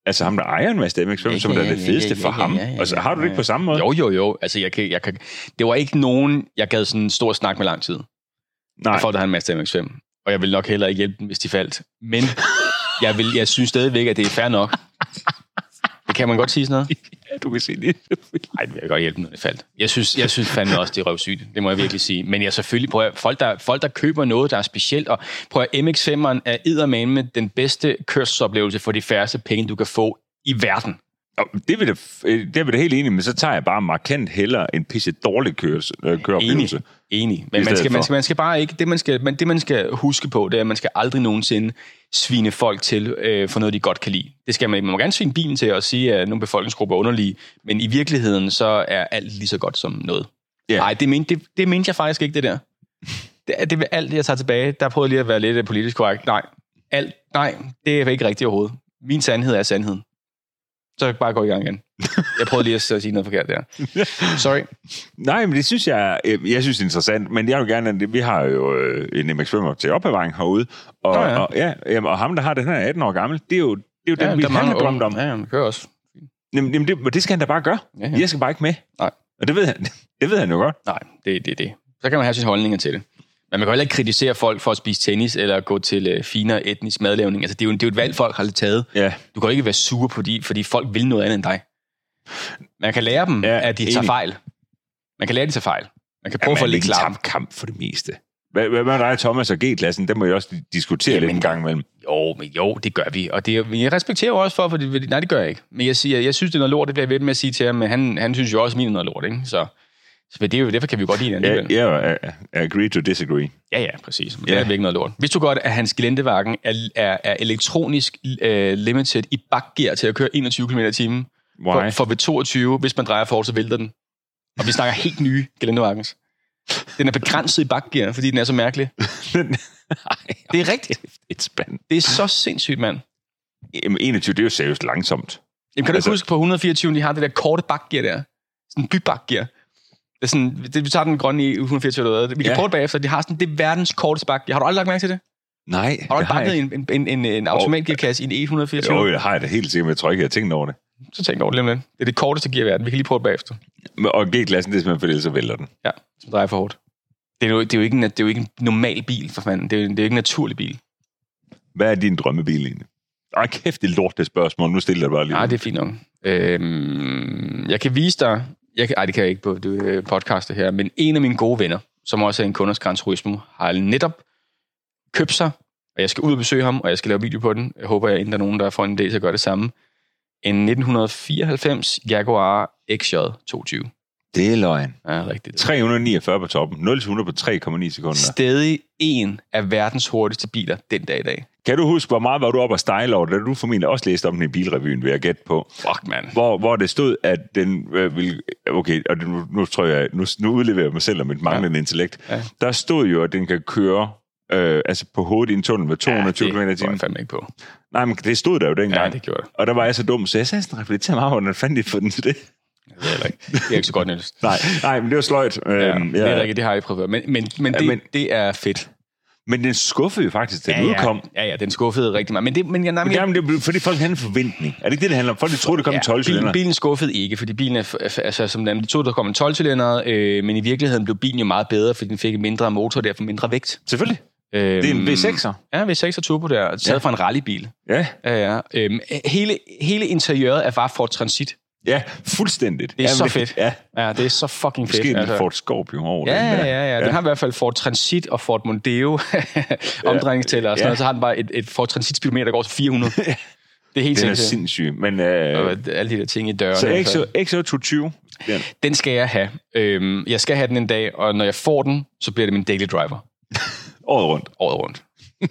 A: Altså ham, der ejer en Mazda MX-5,
B: Ja,
A: som
B: ja,
A: er det
B: ja,
A: fedeste
B: ja,
A: for
B: ja,
A: ham.
B: ja, ja,
A: Og så har du det
B: ja,
A: ikke på samme måde?
B: Jo, jo, jo. Altså, jeg kan, jeg kan, det var ikke nogen, jeg gad sådan en stor snak med lang tid.
A: Nej.
B: Nej. For (laughs) at have en Mazda MX-5. Og jeg vil nok heller ikke hjælpe dem, hvis de faldt. Men jeg, vil, jeg synes stadigvæk, at det er fair nok. Det kan man godt sige sådan noget.
A: Ja, du kan se det.
B: Nej, det vil jeg godt hjælpe dem, når det faldt. Jeg synes, jeg synes fandme også, det er røvsygt. Det må jeg virkelig sige. Men jeg selvfølgelig, prøver folk der, folk, der køber noget, der er specielt, og prøver MX-5'eren er eddermane med den bedste kørselsoplevelse for de færreste penge, du kan få i verden.
A: Og det er vi da, øh, det er vi da helt enige, men så tager jeg bare markant hellere en pisse dårlig køres, øh,
B: Enig,
A: køreoplevelse.
B: enig.
A: I
B: Men man
A: stedet
B: skal, man,
A: for.
B: skal, man skal bare ikke, det man skal, man, det man skal huske på, det er, at man skal aldrig nogensinde svine folk til øh, for noget, de godt kan lide. Det skal man ikke. Man må gerne svine bilen til og sige, at nogle befolkningsgrupper er underlige, men i virkeligheden, så er alt lige så godt som noget.
A: Ja.
B: Nej, det, mente, det, det mente jeg faktisk ikke, det der. Det, er- det er alt, jeg tager tilbage. Der prøvede jeg lige at være lidt øh, politisk korrekt. Nej, alt, nej, det er ikke rigtigt overhovedet. Min sandhed er sandheden. Så kan jeg bare gå i gang igen. Jeg prøvede lige at sige noget forkert
A: (laughs)
B: der. Sorry.
A: Nej, men det synes jeg, øh, jeg synes det er interessant, men jeg vil gerne, at vi har jo øh, en MX-5 til opbevaring herude, og,
B: Nå
A: ja.
B: ja.
A: Og, ja, jamen, og ham, der har den her er 18 år gammel, det er jo, det er jo ja, den bil, han har drømt om.
B: Ja, ja, men kører også.
A: Jamen, jamen det, men det skal han da bare gøre.
B: Ja, ja.
A: Jeg skal bare ikke med.
B: Nej.
A: Og det ved han, (laughs) det ved han jo godt.
B: Nej, det er det, er det. Så kan man have sine holdninger til det. Men man kan heller ikke kritisere folk for at spise tennis eller gå til øh, finere etnisk madlavning. Altså, det er jo, det er jo et valg, folk har taget.
A: Ja.
B: Du kan jo ikke være sur på de, fordi folk vil noget andet end dig. Man kan lære dem,
A: Ja,
B: ja, at de tager
A: enig.
B: fejl. Man kan lære, at de tager fejl. Man kan prøve ja, for at lægge klar.
A: kamp for det meste. Hvad, hvad med dig, Thomas og G-klassen? Den må jeg også diskutere
B: Jamen.
A: lidt en gang imellem.
B: Jo, men jo, det gør vi. Og det, er- men jeg respekterer jo også for, for det, nej, det gør jeg ikke. Men jeg, siger, jeg synes, det er noget lort, det bliver jeg ved med at sige til ham, men han, han synes jo også, at min er noget lort, ikke? Så, så det er jo, derfor kan vi jo godt lide det
A: Ja, ja, ja, agree to disagree.
B: Ja, ja, præcis. Men
A: Ja.
B: Det er virkelig noget lort. Vidste du godt, at hans gelentevagen er, er, er elektronisk øh, limited i bakgear til at køre 21 km i timen? For,
A: Why?
B: for ved 22, hvis man drejer for, så vælter den. Og vi snakker helt nye gelentevagens. Den er begrænset i bakgear, fordi den er så mærkelig.
A: (laughs)
B: Det er rigtigt.
A: Et spand.
B: Det er så sindssygt, mand.
A: Jamen, 21, det er jo seriøst langsomt.
B: Jamen, kan du
A: Altså-
B: altså... huske på 124, de har det der korte bakgear der? Sådan en bybakgear. Det er sådan, det, vi tager den grønne i 124 eller hvad. Vi kan
A: Ja.
B: ja. prøve det bagefter. De har sådan, det er verdens korteste bakgear. Har du aldrig lagt mærke til det?
A: Nej,
B: Har du
A: det
B: ikke
A: har
B: bare
A: jeg
B: ned i
A: ikke.
B: en, en, en, en, en automatgearkasse i en E E124?
A: Jo, det har jeg da helt sikkert, men jeg tror ikke, jeg har tænkt over det.
B: Så tænk over det lige om lidt. Det er det korteste gear i verden. Vi kan lige prøve det bagefter.
A: Men- Og G-klassen, det er simpelthen, fordi ellers så vælter den.
B: Ja, som drejer for hårdt. Det er, jo, det, er jo ikke en, det er jo ikke en normal bil, for fanden. Det er jo, det er jo ikke en naturlig bil.
A: Hvad er din drømmebil egentlig? Ej, kæft, det er lort, det spørgsmål. Nu stiller jeg det bare lige.
B: Nej, det er fint nok. Øhm, jeg kan vise dig... Jeg kan, ej, det kan jeg ikke på det øh, podcast det her. Men en af mine gode venner, som også er en kunders Gran Turismo, har netop købt sig, og jeg skal ud og besøge ham, og jeg skal lave video på den. Jeg håber, jeg inden der er nogen, der får en idé til at gøre det samme. En 1994 Jaguar XJ 220.
A: det er løgn.
B: Ja, rigtigt.
A: 349 på toppen. 0-100 på 3,9 sekunder.
B: stadig en af verdens hurtigste biler den dag i dag.
A: Kan du huske, hvor meget var du oppe og style over det? Du formentlig også læste om den i bilrevyen, vil jeg gætte på.
B: Fuck, mand.
A: Hvor, hvor det stod, at den øh, ville... Okay, og det, nu, nu tror jeg... Nu, nu udleverer jeg mig selv om mit manglende ja. intellekt. Ja.
B: Ja.
A: Der stod jo, at den kan køre øh, altså på hovedet i en tunnel med 220 ja, km i
B: det går
A: timen.
B: jeg fandme ikke på.
A: Nej, men det stod der jo dengang.
B: Ja, det gjorde det.
A: Og der var jeg så dum, så jeg sagde sådan reflekteret meget over, hvordan fandt de for den til det? (laughs)
B: Det er, heller ikke. Det er ikke så godt, Niels.
A: Nej, nej, men det var sløjt.
B: Ja,
A: (laughs) Øhm,
B: det er rigtigt, det har jeg ikke prøvet. Men, men, men,
A: Ja,
B: det,
A: men-
B: det er fedt.
A: Men den skuffede jo faktisk, da den ja, udkom.
B: ja. ja, ja, den skuffede rigtig meget. Men, det, men, jeg, nej, men
A: Men
B: jeg,
A: jamen, det er fordi folk havde en forventning. Er det ikke det, det handler om? Folk de troede, det kom ja, 12
B: bilen,
A: cylinder.
B: bilen skuffede ikke, fordi bilen er, f- altså, som den, de tog, der kom en 12 cylinder, øh, men i virkeligheden blev bilen jo meget bedre, fordi den fik en mindre motor og derfor mindre vægt.
A: Selvfølgelig. Det er en
B: Øhm,
A: V6'er.
B: Ja, V6 og turbo der, taget
A: Ja.
B: ja. fra en rallybil.
A: Ja,
B: Ja, ja. Øhm, hele, hele interiøret er bare Ford Transit.
A: ja, fuldstændigt.
B: Det er
A: ja,
B: så
A: men-
B: fedt.
A: Ja,
B: Ja, det er så fucking fedt. altså.
A: måske en Ford Scorpio over
B: Ja,
A: den der.
B: ja, ja, ja. Den
A: Ja.
B: har i hvert fald Ford Transit og Ford Mondeo (laughs) omdrejningstæller og sådan
A: Ja.
B: ja. noget. Så har den bare et, et Ford Transit speedometer, der går
A: (laughs)
B: til 400. det er helt
A: Den er
B: sindssygt.
A: sindssyg, men... Øh,
B: Og Alle de der ting i døren.
A: så
B: altså.
A: XO, XO220, den,
B: Den skal jeg have. Øhm, jeg skal have den en dag, og når jeg får den, så bliver det min daily driver
A: året rundt.
B: året rundt.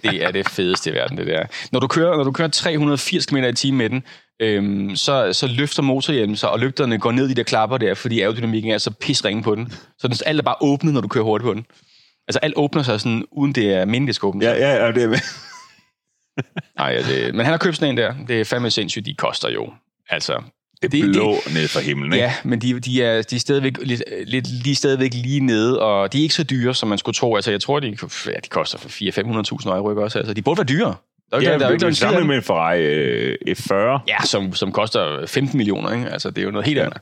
B: Det er det fedeste i verden, det der. Når du kører, når du kører 380 km i timen med den, øhm, så, så løfter motorhjelmen sig, og lygterne går ned i de der klapper der, fordi aerodynamikken er så pisringe på den. Så den, alt er bare åbnet, når du kører hurtigt på den. Altså alt åbner sig sådan, uden det er meningen, det skal åbne
A: Ja,
B: sig.
A: ja, ja, det er
B: (laughs)
A: med.
B: Nej, ja. det, men han har købt sådan en der. Det er fandme sindssygt, de koster jo. Altså,
A: Det, blå ned fra himlen, ikke?
B: Ja, men de, de, er, de er stadigvæk lidt, lidt lige, stadigvæk lige nede, og de er ikke så dyre, som man skulle tro. Altså, jeg tror, de, ja, de koster for 400-500.000 euro, ikke også? Altså, de burde være dyre. Der er jo ikke,
A: Ja,
B: ja, der er
A: det er
B: jo ikke
A: jo
B: nogen tvivl om-
A: samlet med en Ferrari øh, F40.
B: Ja, som, som koster 15 millioner, ikke? Altså, det er jo noget helt andet.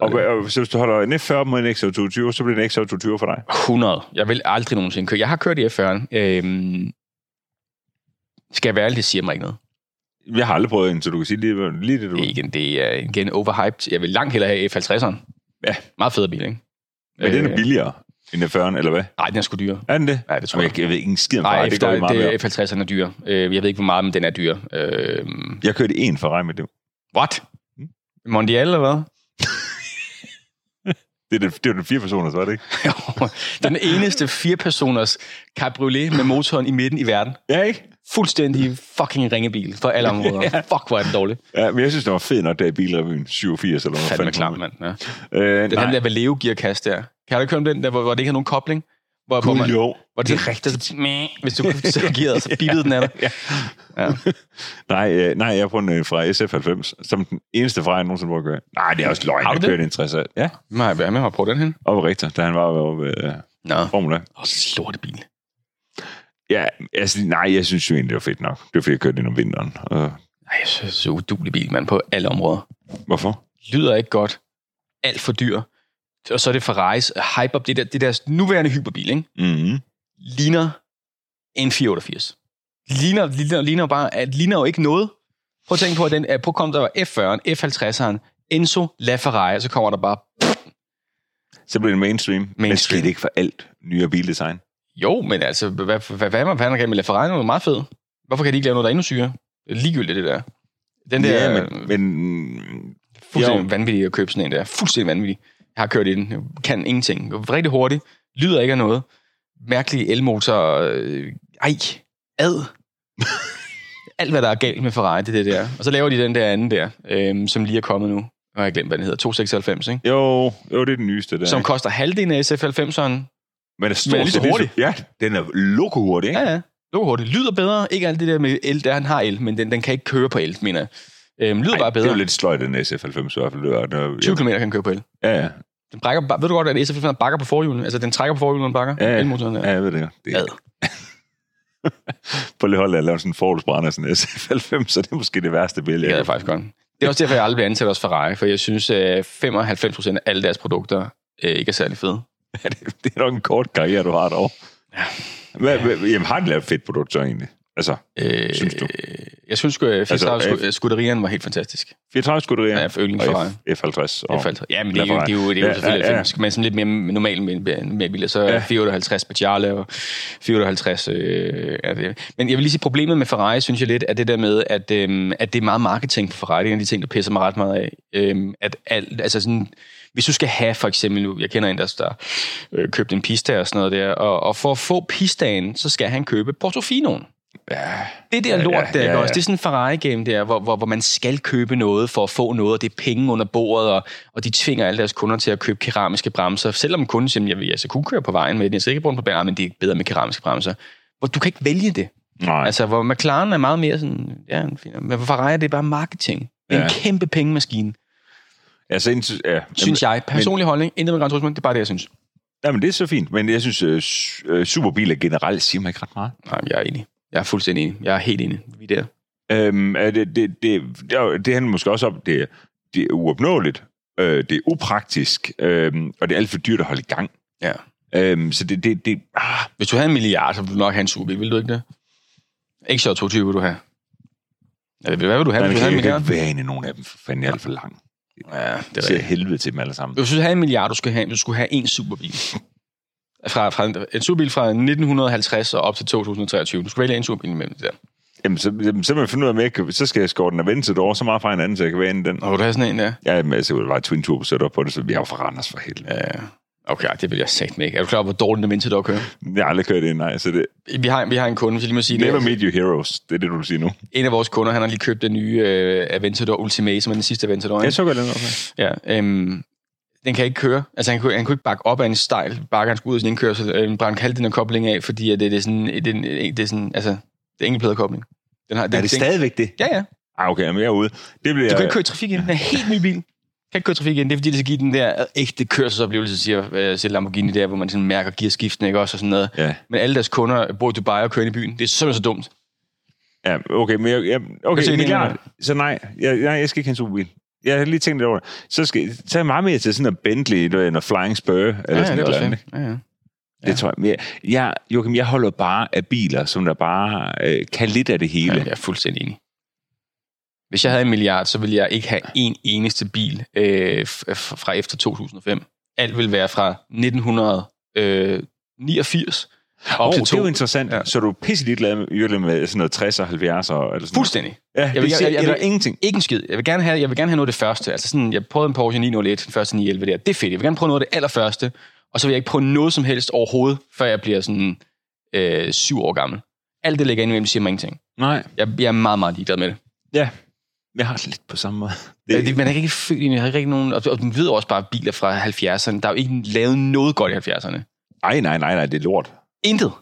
A: Og, og så hvis du holder en F40 mod en XO220, så bliver det en XO220 for dig.
B: 100. Jeg vil aldrig nogensinde køre. Jeg har kørt i F40'en. Øhm, skal jeg være ærlig, det siger mig ikke noget.
A: Jeg har aldrig prøvet en, så du kan sige lige, lige det, du
B: Det er, igen, det er igen overhyped. Jeg vil langt hellere have F50'eren.
A: Ja.
B: Meget federe bil, ikke?
A: Men den er
B: Øh,
A: billigere end F40'en, eller hvad?
B: Nej, den er sgu dyre.
A: Er den det?
B: Ja, det tror
A: Jamen,
B: jeg.
A: jeg, jeg ved ikke en skid om
B: Nej,
A: Ferrari. det
B: det,
A: går
B: der,
A: vi meget mere.
B: det, F50'eren er dyr. Øh, jeg ved ikke, hvor meget, men den er dyr. Øh,
A: Jeg kørte en Ferrari med det.
B: what?
A: Mm.
B: Mondial
A: (laughs)
B: eller hvad?
A: Det er den, det var den fire personer, så var det ikke?
B: den eneste firepersoners cabriolet med motoren i midten i verden.
A: Ja, ikke?
B: Fuldstændig fucking ringebil for alle (laughs) områder. Fuck, hvor er den dårlig.
A: Ja, men jeg synes, det var fedt nok, da i bilrevyen 87 eller hvad
B: Fandme
A: fanden
B: klam,
A: det
B: mand. Ja.
A: var. Øh,
B: Den
A: nej,
B: der Valeo gearkast der. Kan du ikke høre om den der, hvor, hvor det ikke har nogen kobling? Hvor, hvor,
A: cool,
B: man,
A: jo.
B: hvor det er rigtigt. meh, Hvis du så gearet, så bippede den af (laughs) dig.
A: Nej, øh, nej, jeg har fundet en fra SF90, som den eneste fra, jeg nogensinde var køre. Nej, det er også løgn.
B: Har
A: jeg
B: du det?
A: kørte en 60 Ja,
B: Hvad har jeg med at prøve den hen?
A: oppe i Richter, da han var oppe ved øh,
B: Nå,
A: Formula.
B: og lortebil.
A: Ja, altså, nej, jeg synes jo egentlig, det var fedt nok. Det var fordi, jeg kørte den om vinteren. Øh,
B: Nej, jeg synes, det er så udulig bil, mand, på alle områder.
A: hvorfor?
B: lyder ikke godt, alt for dyr, og så er det Ferraris hype up, det der, det deres nuværende hyperbil, ikke?
A: Mm-hmm.
B: ligner en 488. Ligner, ligner, ligner, bare, at, ligner jo ikke noget. Prøv at tænke på, at den, at på kom der var F40'eren, F50'eren, Enzo LaFerrari, og så kommer der bare,
A: Så blev det mainstream. Men
B: Mainstream.
A: skete ikke for alt nyere bildesign.
B: jo, men altså, hvad, hvad, hvad, hvad er man fanden med LaFerrari? Den er jo meget fed. Hvorfor kan de ikke lave noget, der er endnu syre? Ligegyldigt det der. Den der
A: ja,
B: ja,
A: men, men
B: fuldstændig
A: jo.
B: vanvittig at købe sådan en der. Fuldstændig vanvittig. Jeg har kørt i den. Jeg kan ingenting. Går Rigtig hurtigt. Lyder ikke af noget. Mærkelig elmotor. Øh, ej. Ad. (laughs) Alt, hvad der er galt med Ferrari, det er det der. Og så laver de den der anden der, øhm, som lige er kommet nu. Nu har jeg glemt, hvad den hedder. 296, ikke?
A: jo, jo, det er den nyeste der.
B: Ja. Som
A: ikke?
B: koster halvdelen af SF90'eren.
A: men er stort
B: men er lige så
A: set lige
B: hurtig.
A: Ja, den er loko hurtig, ikke? Ja.
B: Ja, ja. Lå hurtigt. Lyder bedre. Ikke alt det der med el. Der han har el, men den, den kan ikke køre på el, mener jeg. Øhm, lyder Ej, bare
A: Det er jo
B: bedre.
A: lidt sløjt, den SF90 i hvert fald. Det var- det var-
B: 20 km kan den køre på el.
A: Ja, ja.
B: Den brækker, bare- ved du godt, at SF90'eren bakker på forhjulene? Altså, den trækker på forhjulene, den bakker?
A: Ja, ja.
B: Elmotoren der.
A: ja, jeg ved det. det
B: Ad.
A: er, på det hold, jeg laver sådan en forholdsbrænder af sådan en SF90, så det er måske det værste billede.
B: Det gad
A: Ja,
B: jeg faktisk godt. Det er også derfor, jeg aldrig bliver ansat hos Ferrari, for jeg synes, at 95 af alle deres produkter øh, ikke er særlig fede.
A: det, det er nok en kort karriere, du har derovre. Ja. Hvad, hvad, jamen, har den lavet et fedt produkt så egentlig? Altså,
B: Øh,
A: Synes du?
B: Jeg synes sgu, at
A: Altså,
B: altså, skutterieren var helt fantastisk.
A: 34 skutterier
B: Ja, for yndling
A: og
B: Ferrari.
A: F- F50.
B: Jeg
A: Og,
B: faldt- Ja, men det er jo,
A: Ferrari.
B: det er jo, det er jo
A: Ja,
B: selvfølgelig
A: ja, ja.
B: 90, men sådan lidt mere normalt med, med biler. Så
A: Ja.
B: ja. 450 Speciale og 450... Øh, er det. Men jeg vil lige sige, problemet med Ferrari, synes jeg lidt, er det der med, at, øh, at det er meget marketing på Ferrari. Det er en af de ting, der pisser mig ret meget af. Øh, at alt, altså sådan, hvis du skal have for eksempel, nu, jeg kender en, der, der øh, købte en pista og sådan noget der, og, og for at få pistaen, så skal han købe Portofinoen.
A: ja.
B: Det der
A: Ja,
B: lort
A: ja,
B: der,
A: ja,
B: ja,
A: ja.
B: ja. det er sådan en Ferrari-game der, hvor, hvor, hvor man skal købe noget for at få noget, og det er penge under bordet, og, og de tvinger alle deres kunder til at købe keramiske bremser, selvom kunden siger, jeg vil altså kunne køre på vejen med den, jeg skal ikke bruge den på banen, men det er bedre med keramiske bremser. Hvor du kan ikke vælge det.
A: Nej.
B: Altså, hvor McLaren er meget mere sådan, ja, en fin- men Ferrari det er bare marketing. Det er
A: Ja.
B: en kæmpe pengemaskine,
A: altså, indtil, ja,
B: synes jeg. Personlig holdning, intet med Gran Turismo, det er bare det, jeg synes.
A: Nej, men det er så fint. Men jeg synes, øh, su- øh, superbiler generelt siger mig ikke ret meget.
B: Nej, men jeg er enig. Jeg er fuldstændig enig. Jeg er helt enig. Vi er der.
A: Øhm, øh, det, det, det, det, er jo- det handler måske også om, det, øhm, det er uopnåeligt, øh, det er upraktisk, øh, og det er alt for dyrt at holde i gang.
B: Ja.
A: Øhm, så det, det, det ah,
B: Hvis du havde en milliard, så ville du nok have en superbil, ville du ikke det? Ikke så to typer, vil du have. Eller hvad vil du have,
A: man
B: hvis
A: kan
B: du havde
A: ikke
B: en milliard?
A: være inde i nogen af dem, for fanden, jeg er alt for lang.
B: Ja, det er
A: Det er
B: rigtigt.
A: helvede til dem alle sammen.
B: Hvis du havde en milliard, du skulle have, du skulle have en superbil. Fra, fra en, en superbil fra 1950 og op til 2023. Du skulle vælge en superbil imellem det der.
A: Jamen, så, jamen, så må jeg finde ud af, om jeg kan, så skal jeg skåre den og vente et år så meget fra hinanden, så jeg kan være inde i den.
B: Og vil du have sådan en der?
A: Ja, jamen, altså, det var et twin turbo setup på det, så vi har jo for Randers for helvede.
B: Ja. Okay, ej, det vil jeg sagt ikke. Er du klar over, hvor dårligt det er at køre?
A: Jeg har aldrig kørt ind, nej, så det...
B: Vi har, vi har en kunde, hvis jeg lige må sige
A: Never
B: det.
A: meet your heroes, det er det, du vil sige nu.
B: En af vores kunder, han har lige købt den nye uh, Aventador Ultimate, som er den sidste Aventador.
A: Jeg
B: ikke?
A: så godt den også.
B: Ja, øhm, den kan ikke køre. Altså, han kunne, han kunne ikke bakke op af en stejl bakke, han skulle ud af sin indkørsel, øh, brænde halvdelen af koblingen af, fordi at det, det er sådan, det, det, det er sådan, altså, det er ingen kobling. Den har, den, den-
A: stadigvæk det?
B: Ja, ja.
A: Ah, okay, jamen, jeg er ude. Det bliver...
B: Du kan ikke køre i trafik igen. Den er en helt ny bil. Du kan ikke køre i trafik igen. Det er, fordi det skal give den der ægte kørselsoplevelse, siger, øh, siger Lamborghini der, hvor man sådan mærker gearskiften, ikke også, og sådan noget.
A: Ja,
B: Men alle deres kunder bor i Dubai og kører ind i byen. Det er simpelthen så dumt.
A: ja okay, men jeg, jeg, okay,
B: Jeg ser
A: det er
B: ikke
A: klart. Så nej, jeg, nej, jeg skal ikke have en superbil. Jeg har lige tænkt lidt over det. Så skal jeg tage meget mere til sådan noget Bentley, du ved, noget Flying Spur, eller sådan
B: ja, det er
A: noget.
B: også
A: andet.
B: fedt. Ja, ja.
A: Det ja. tror jeg. Men Jeg, jeg, Joachim, jeg holder bare af biler, som der bare øh, kan lidt af det hele.
B: Ja,
A: Ja,
B: jeg er fuldstændig enig. Hvis jeg havde en milliard, så ville jeg ikke have en eneste bil øh, f- f- fra efter 2005. Alt vil være fra 1989 op
A: oh,
B: til
A: det er
B: to.
A: jo interessant. Ja.
B: Ja.
A: Så er du pisse dit glad med, i virkeligheden med sådan noget 60'er, 70'er? Eller sådan noget.
B: Fuldstændig.
A: Ja, jeg, jeg,
B: vil-
A: jeg,
B: jeg-
A: jeg,
B: jeg
A: jeg,
B: vil-
A: ingenting.
B: Ikke en skid. Jeg vil gerne have, jeg vil gerne have noget af det første. Altså sådan, jeg prøvede en Porsche 901, den første 911 der. Det er fedt. Jeg vil gerne prøve noget af det allerførste. Og så vil jeg ikke prøve noget som helst overhovedet, før jeg bliver sådan øh, syv år gammel. Alt det ligger inde i mig, siger mig ingenting.
A: Nej.
B: Jeg, jeg er meget, meget ligeglad med det.
A: Ja. Jeg har det lidt på samme måde.
B: Det, Øh, det, man er ikke født ind i, har ikke rigtig nogen... Og, og den ved også bare, at biler fra 70'erne, der er jo ikke lavet noget godt i 70'erne.
A: Ej, nej, nej, nej, det er lort.
B: Intet.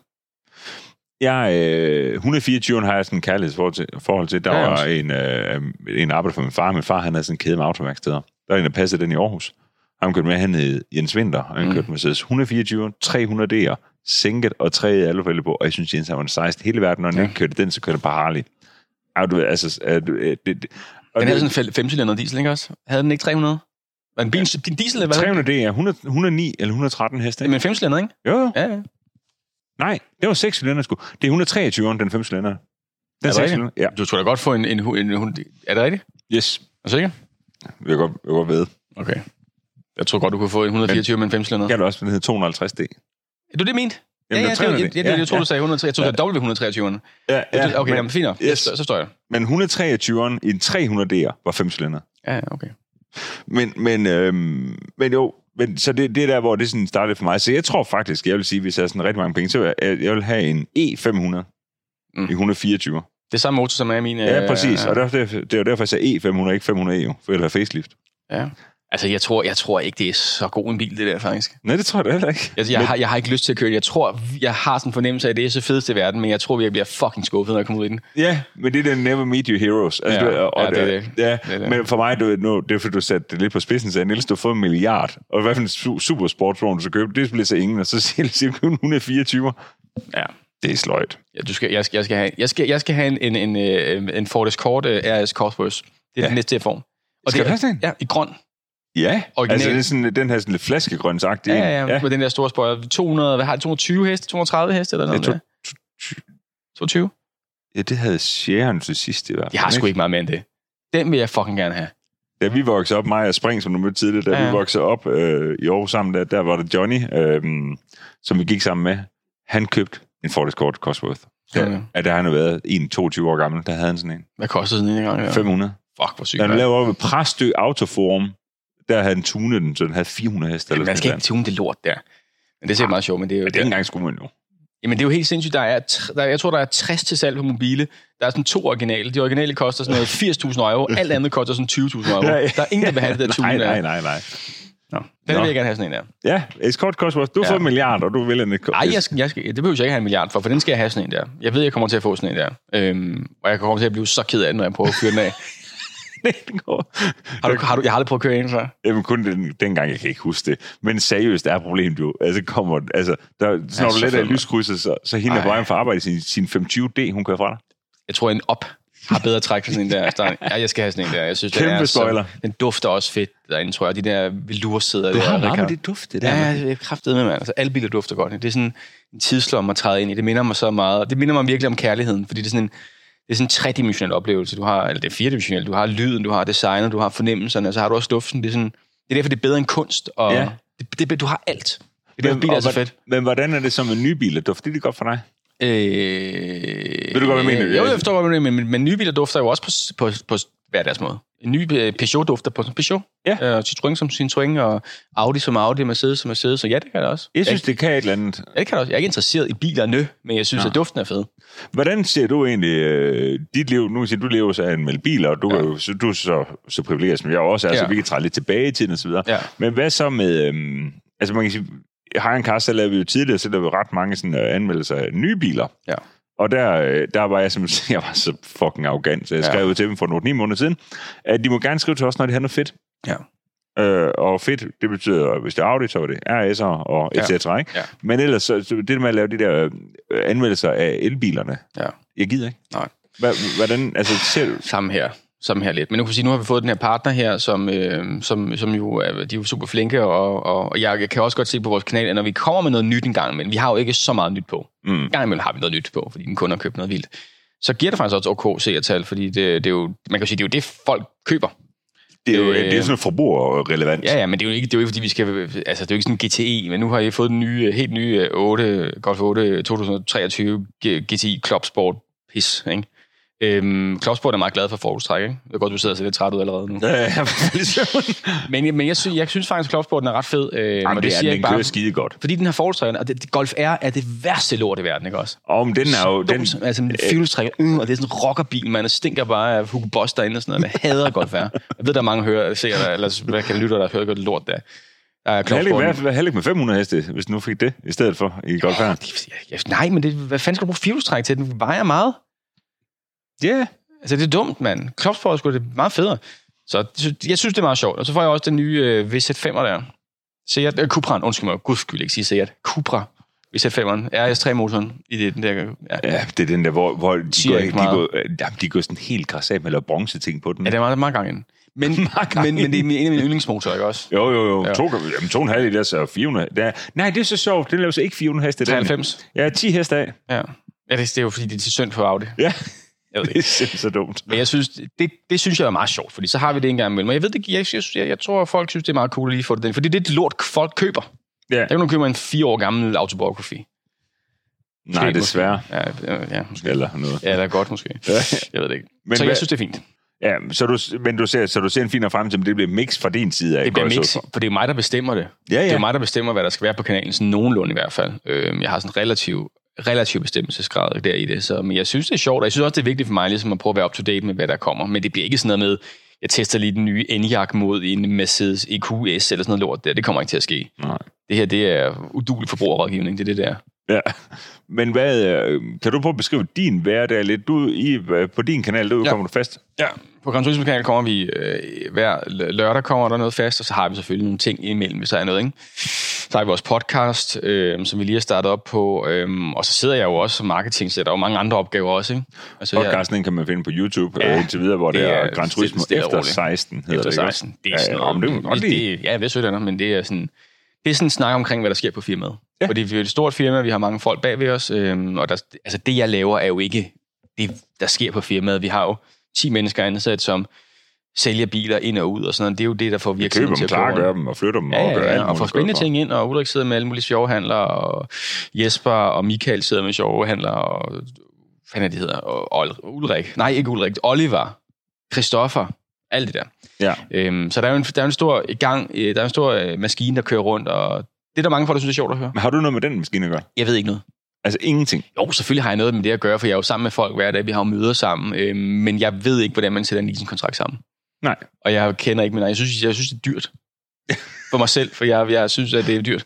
A: Jeg, øh, 124 har jeg sådan en kærlighedsforhold til. Forhold til. Der
B: Ja, jeg
A: var
B: også.
A: en, øh, en arbejder for min far. Min far han havde sådan en kæde med automærksteder. Der var en, der passede den i Aarhus. Han kørte med, han hed Jens Winter, og han
B: Mm.
A: mm. kørte Mercedes 124, 300 D'er, sænket og træet i alle fælde på. Og jeg synes, Jens han var den sejeste i hele verden. Når han
B: Ja.
A: ja. ikke kørte den, så kørte han bare Harley. Ej, du ved, altså... øh, du, øh, det, det, og
B: Den
A: det-
B: havde sådan en 5 diesel, ikke også? Havde den ikke 300? Var den bil, din diesel, eller hvad?
A: 300 D'er, 100, 109 eller 113 heste. ikke?
B: Men 5 ikke?
A: Jo, jo.
B: Ja, ja.
A: Nej, det var 6 cylinder sgu. Det er 123'eren, den 5 cylinder. Den
B: det
A: 6
B: rigtigt?
A: cylinder. Ja,
B: Du tror da godt få en, en, hu- en, en, Er det rigtigt?
A: yes.
B: Er du sikker?
A: Jeg kan godt, jeg kan godt ved.
B: Okay. Jeg tror godt, du kunne få en 124 med en 5 cylinder.
A: Det
B: Ja.
A: kan du også, men den hedder 250D.
B: Er du det ment?
A: Jamen,
B: ja,
A: den
B: ja, det, var-
A: 300'erne.
B: jeg, jeg, jeg, jeg tror,
A: Ja,
B: du sagde 100, jeg tror, det var W 123'eren.
A: Ja, ja,
B: okay,
A: men,
B: jamen, fint nok.
A: Yes.
B: Yes. Så, så står jeg.
A: men 123'eren i en 300D'er var 5 cylinder.
B: Ja, ja, okay.
A: Men, men, øhm, men jo, men, så det, det er der, hvor det sådan startede for mig. Så jeg tror faktisk, jeg vil sige, hvis jeg har sådan rigtig mange penge, så vil jeg, jeg vil have en E500
B: Mm.
A: mm. i 124.
B: Det er samme motor, som er i min...
A: Ja,
B: øh,
A: præcis. Og derfor, det er jo derfor, jeg sagde E500, ikke 500E jo, for jeg vil have facelift.
B: Ja. Altså, jeg tror, jeg tror ikke, det er så god en bil, det der, faktisk.
A: Nej, det tror jeg da heller ikke.
B: Altså, Jeg, jeg, har, jeg har ikke lyst til at køre det. Jeg tror, jeg har sådan en fornemmelse af, at det er så fedeste i verden, men jeg tror, jeg bliver fucking skuffet, når jeg kommer ud i den.
A: Ja, men det er den never meet your heroes. Altså,
B: Ja,
A: du- og,
B: ja, det er
A: og-
B: det.
A: Ja,
B: Det er det.
A: men for mig, du, ved, nu, det er fordi, du satte det lidt på spidsen, sagde, Niels, du har fået en milliard, og hvad for en su- supersportsvogn, du skal købe, det bliver så ingen, og så siger du, siger, du, køb en 124.
B: Ja.
A: Det er sløjt.
B: Ja, du skal, jeg, skal, jeg, skal have, jeg, skal, jeg skal have en, en, en, øh, en Ford Escort øh, RS Cosworth. Det er ja.
A: Ja.
B: den næste, jeg får.
A: Og skal
B: det,
A: det, du have sådan en?
B: Ja, i grøn.
A: Ja,
B: Original.
A: altså det er sådan, den her sådan lidt flaskegrønsagtige.
B: Ja,
A: en.
B: ja, ja. Med den der store spoiler. 200, hvad har det, 220 heste? 230 heste eller noget?
A: Ja, to-
B: der? 22?
A: ja, det havde Sharon til sidst i hvert fald.
B: Jeg har sgu ikke meget mere end det. Den vil jeg fucking gerne have.
A: Da vi voksede op, mig og Spring, som du mødte tidligere, da
B: Ja,
A: ja,
B: ja.
A: vi voksede op øh, i Aarhus sammen, der, der var det Johnny, øh, som vi gik sammen med. Han købte en Ford Escort Cosworth.
B: Ja.
A: Ja, ja der har han jo været 1-22 år gammel, der havde han sådan en.
B: Hvad kostede sådan en gang?
A: Ja.
B: Ja.
A: 500.
B: Fuck, hvor sygt.
A: Da han
B: mand.
A: lavede op ved Præstø Autoforum, der havde han tunet den, så den havde 400 heste. Eller
B: Man skal
A: sådan
B: ikke
A: noget.
B: tune det lort der. Men det er sikkert meget sjovt, men det er jo...
A: Ah. Men det er ikke engang skulle man jo.
B: Jamen, det er jo helt sindssygt. Der er, tr- der, jeg tror, der er 60 til salg på mobile. Der er sådan to originale. De originale koster sådan noget 80.000 euro. Alt andet koster sådan 20.000 euro.
A: Ja, ja.
B: Der er ingen, der vil have det der
A: (laughs)
B: tune
A: Nej,
B: der.
A: nej, nej, nej.
B: Nå. Den
A: Nå.
B: vil jeg gerne have sådan en der.
A: Ja, Escort Cosworth, du
B: Ja.
A: ja. får en milliard, og du vil en Escort.
B: Nej, jeg skal, jeg skal, det behøver jeg ikke have en milliard for, for den skal jeg have sådan en der. Jeg ved, jeg kommer til at få sådan en der. Øhm, og jeg kommer til at blive så ked af den, når jeg prøver at køre
A: (laughs)
B: den af.
A: det
B: (laughs)
A: går.
B: Har du, har du, jeg har aldrig prøvet at køre en før.
A: Jamen, kun den, dengang, jeg kan ikke huske det. Men seriøst er problemet jo. Altså, kommer, altså der, så når
B: så
A: du let af
B: fedt, mand.
A: lyskrydset, så, så hende
B: Ej.
A: på vejen for arbejde i sin, sin 520D, hun kører fra dig.
B: Jeg tror, en op. har bedre træk for sådan en der. Stang. Ja, jeg skal have sådan en der. Jeg synes, den,
A: Kæmpe
B: er
A: spoiler.
B: Så, den dufter også fedt derinde, tror jeg. De der velursæder
A: Du
B: der.
A: har meget
B: Richard.
A: med det dufte der.
B: Ja,
A: mand.
B: jeg er kraftet med, mand. Altså, alle biler dufter godt. Det er sådan en tidslomme at træde ind i. Det minder mig så meget. Det minder mig virkelig om kærligheden, fordi det er sådan en, det er sådan en tredimensionel oplevelse. Du har, eller det er firedimensionel. Du har lyden, du har designet, du har fornemmelserne, og så har du også duften. Det er, sådan, det er derfor, det er bedre end kunst. Og
A: Ja.
B: ja. det, det, du har alt. Det er derfor,
A: Men-
B: biler er
A: og
B: så
A: hvor-
B: fedt.
A: Men hvordan er det som en ny bil? at Dufter det godt for dig?
B: Øh,
A: Ved du godt, hvad jeg mener?
B: Jo, jeg forstår godt, hvad du mener, men, men nye biler dufter jo også på, på, på hver deres måde. En ny øh, Peugeot dufter på Peugeot.
A: Ja.
B: Øh, Citroën som Citroën, og Audi som Audi, Mercedes som Mercedes, så ja, det kan det også.
A: Jeg synes, det kan et eller andet.
B: Ja, det kan jeg også. Jeg er ikke interesseret i bilerne, men jeg synes,
A: Nå.
B: ja. at duften er fed.
A: Hvordan ser du egentlig øh, dit liv? Nu siger du, du lever så af en med biler, og du, ja.
B: Ja.
A: er jo, så, du er så, så privilegeret, som jeg også er, ja. så
B: Ja.
A: vi kan træde lidt tilbage i tiden osv.
B: Ja.
A: Men hvad så med... Øhm, altså man kan sige, har en kasse, der lavede vi jo tidligere, så der var ret mange sådan, øh, anmeldelser af nye biler.
B: Ja.
A: Og der, øh, der var jeg simpelthen (laughs) jeg var så fucking arrogant, så jeg
B: Ja.
A: skrev ud til dem for nogle 9 måneder siden, at de må gerne skrive til os, når de har noget fedt.
B: Ja.
A: Øh, og fedt, det betyder, at hvis det er Audi, så var det RS'er og et
B: Ja.
A: cetera, ikke?
B: Ja.
A: Men ellers, så, så det med at lave de der øh, anmeldelser af elbilerne,
B: Ja.
A: jeg gider ikke.
B: Nej.
A: Hva- Hvordan, altså ser du?
B: Samme her. Samme her lidt. Men nu kan vi sige, nu har vi fået den her partner her, som, øh, som, som jo er, de er jo super flinke, og, og, og jeg kan også godt se på vores kanal, at når vi kommer med noget nyt en gang imellem, vi har jo ikke så meget nyt på.
A: Mm.
B: En gang imellem har vi noget nyt på, fordi en kunde har købt noget vildt. Så giver det faktisk også OK seertal, fordi det, det er jo, man kan jo sige, det er jo det, folk køber.
A: Det er jo det er
B: Øh.
A: sådan noget forbrugerrelevant.
B: Ja, ja, men det er jo ikke, det er jo ikke fordi vi skal... Altså, det er jo ikke sådan en GTE, men nu har I fået den nye, helt nye øh, 8, Golf 8 2023 G- GTI Club Sport pis, ikke? Øhm, Club Sport er meget glad for forhjulstræk, ikke? Det er godt, du sidder og ser lidt træt ud allerede nu.
A: (laughs) Ja, ja, ja. Ligesom.
B: Men, men jeg, synes, jeg synes faktisk, at Club Sporten er ret fed. Øh,
A: Jamen, det,
B: og
A: det
B: siger
A: er,
B: jeg
A: den
B: ikke bare,
A: kører skide godt.
B: fordi den her forhjulstræk, og det, det- Golf R er det værste lort i verden, ikke også?
A: Og om den er jo... Den,
B: Den, altså, den fjulstrækker, øh, og det er sådan en rockerbil, man det stinker bare af Hugo Boss derinde og sådan noget. Jeg hader Golf R. Jeg ved, der er mange hører, ser, eller hvad kan lytte, der hører godt lort der. Der er Club
A: Hallig,
B: Sporten-
A: hvad, hvad Hallig med 500 heste, hvis du nu fik det i stedet for i Golf
B: Ja,
A: her?
B: det- ja, nej, men det, hvad fanden skal du bruge firehjulstræk til? Den vejer meget.
A: Ja. Yeah.
B: Altså, det er dumt, mand. Klopsport er sgu det meget federe. Så det- jeg synes, det er meget sjovt. Og så får jeg også den nye øh, VZ5'er der. Seat, øh, Cupran, undskyld mig, guds skyld ikke sige Seat. Cupra, VZ5'eren, RS3-motoren i det, den der... Ja.
A: Ja, det er den der, hvor, hvor de,
B: Siger
A: går, de,
B: ikke meget.
A: går, øh, jamen, de går sådan helt græsat med at lave bronzeting på den.
B: Ja, det var der (laughs) mange gange inden. Men, men, men det er min- en af mine yndlingsmotorer, ikke også?
A: Jo, jo, jo.
B: Ja.
A: To, jamen, to og en halv liter, så 400. Der. Nej, det er så sjovt. Den laver så ikke 400 heste. den.
B: 93.
A: Ja, 10 heste af.
B: Ja. ja det, det, er jo fordi, det er til synd på Audi.
A: Ja,
B: Jeg ved det
A: det er simpelthen så dumt.
B: Men jeg synes, det, det synes jeg er meget sjovt, fordi så har vi det en gang imellem. Og jeg ved det, jeg, jeg, jeg, jeg tror, at folk synes, det er meget cool at lige få det den. Fordi det er det lort, folk køber.
A: Ja.
B: Der kan du købe en fire år gammel autobiografi.
A: Nej,
B: Måske,
A: desværre.
B: Ja, øh, ja, ja, måske.
A: Eller noget.
B: Ja, det er godt måske.
A: Ja.
B: Jeg ved det ikke.
A: Men
B: Men så
A: hvad-
B: jeg synes, det er fint.
A: Ja, så du, men du ser, så du ser en finere fremtid, men det bliver mix fra din side af.
B: Det
A: går
B: bliver
A: jeg så
B: mix,
A: ud fra.
B: for det er jo mig, der bestemmer det.
A: Ja,
B: Det er
A: ja.
B: jo mig, der bestemmer, hvad der skal være på kanalen, sådan nogenlunde i hvert fald. Øhm, Jeg har sådan en relativ, relativ bestemmelsesgrad der i det, så, men jeg synes, det er sjovt, og jeg synes også, det er vigtigt for mig ligesom at prøve at være up-to-date med, hvad der kommer. Men det bliver ikke sådan noget med, jeg tester lige den nye Enyaq mod en Mercedes EQS eller sådan noget lort der. Det kommer ikke til at ske.
A: Nej.
B: Det her, det er udulig forbrugerrådgivning, det er det der.
A: Ja. Men hvad, øh, kan du prøve at beskrive din hverdag lidt? Du, i, øh, på din kanal, der
B: Ja.
A: kommer du fast.
B: Ja, på Grand Turismo kanal kommer vi øh, hver l- lørdag kommer der noget fast, og så har vi selvfølgelig nogle ting imellem, hvis der er noget, ikke? Så har vi vores podcast, øh, som vi lige har startet op på, øh, og så sidder jeg jo også som marketing, så der er jo mange andre opgaver også, ikke? Altså, jeg,
A: Podcasten den kan man finde på YouTube
B: Ja.
A: ja, indtil videre, hvor det,
B: Det
A: det er
B: er
A: Gran Turismo
B: stille- stille og
A: efter
B: roligt.
A: 16, hedder
B: efter
A: det, ikke også?
B: 16, det er sådan
A: Ja, ja,
B: noget.
A: men det kan man godt
B: det,
A: lide.
B: det, ja, jeg ved sådan, men det er sådan, det er sådan en snak omkring, hvad der sker på firmaet.
A: Ja.
B: Ja. Fordi vi er et stort firma, vi har mange folk bag ved os, øh, og der, altså det, jeg laver, er jo ikke det, der sker på firmaet. Vi har jo 10 mennesker ansat, som sælger biler ind og ud og sådan noget. Det er jo det, der får
A: Vi køber
B: virksomheden
A: dem,
B: til at gå rundt.
A: klargør dem og flytter dem
B: Ja,
A: og gør
B: ja,
A: alt
B: ja, og får
A: muligt
B: spændende
A: godt
B: ting ind, og Ulrik sidder med alle mulige sjove handler, og Jesper og Michael sidder med sjove handler, og hvad fanden er de hedder? Og Ol- Ulrik. Nej, ikke Ulrik. Oliver. Christoffer. Alt det der.
A: Ja.
B: Øhm, så der er, jo en, der er jo en stor gang, øh, der er en stor øh, maskine, der kører rundt, og det er der mange folk, der synes er sjovt at høre.
A: Men har du noget med den maskine at gøre?
B: Jeg ved ikke noget.
A: Altså ingenting.
B: Jo, selvfølgelig har jeg noget med det at gøre, for jeg er jo sammen med folk hver dag, vi har jo møder sammen, øhm, men jeg ved ikke, hvordan man sætter en leasingkontrakt sammen.
A: Nej.
B: Og jeg kender ikke min egen. Jeg synes, jeg synes, det er
A: (laughs)
B: dyrt for mig selv, for jeg, jeg synes, at det er dyrt.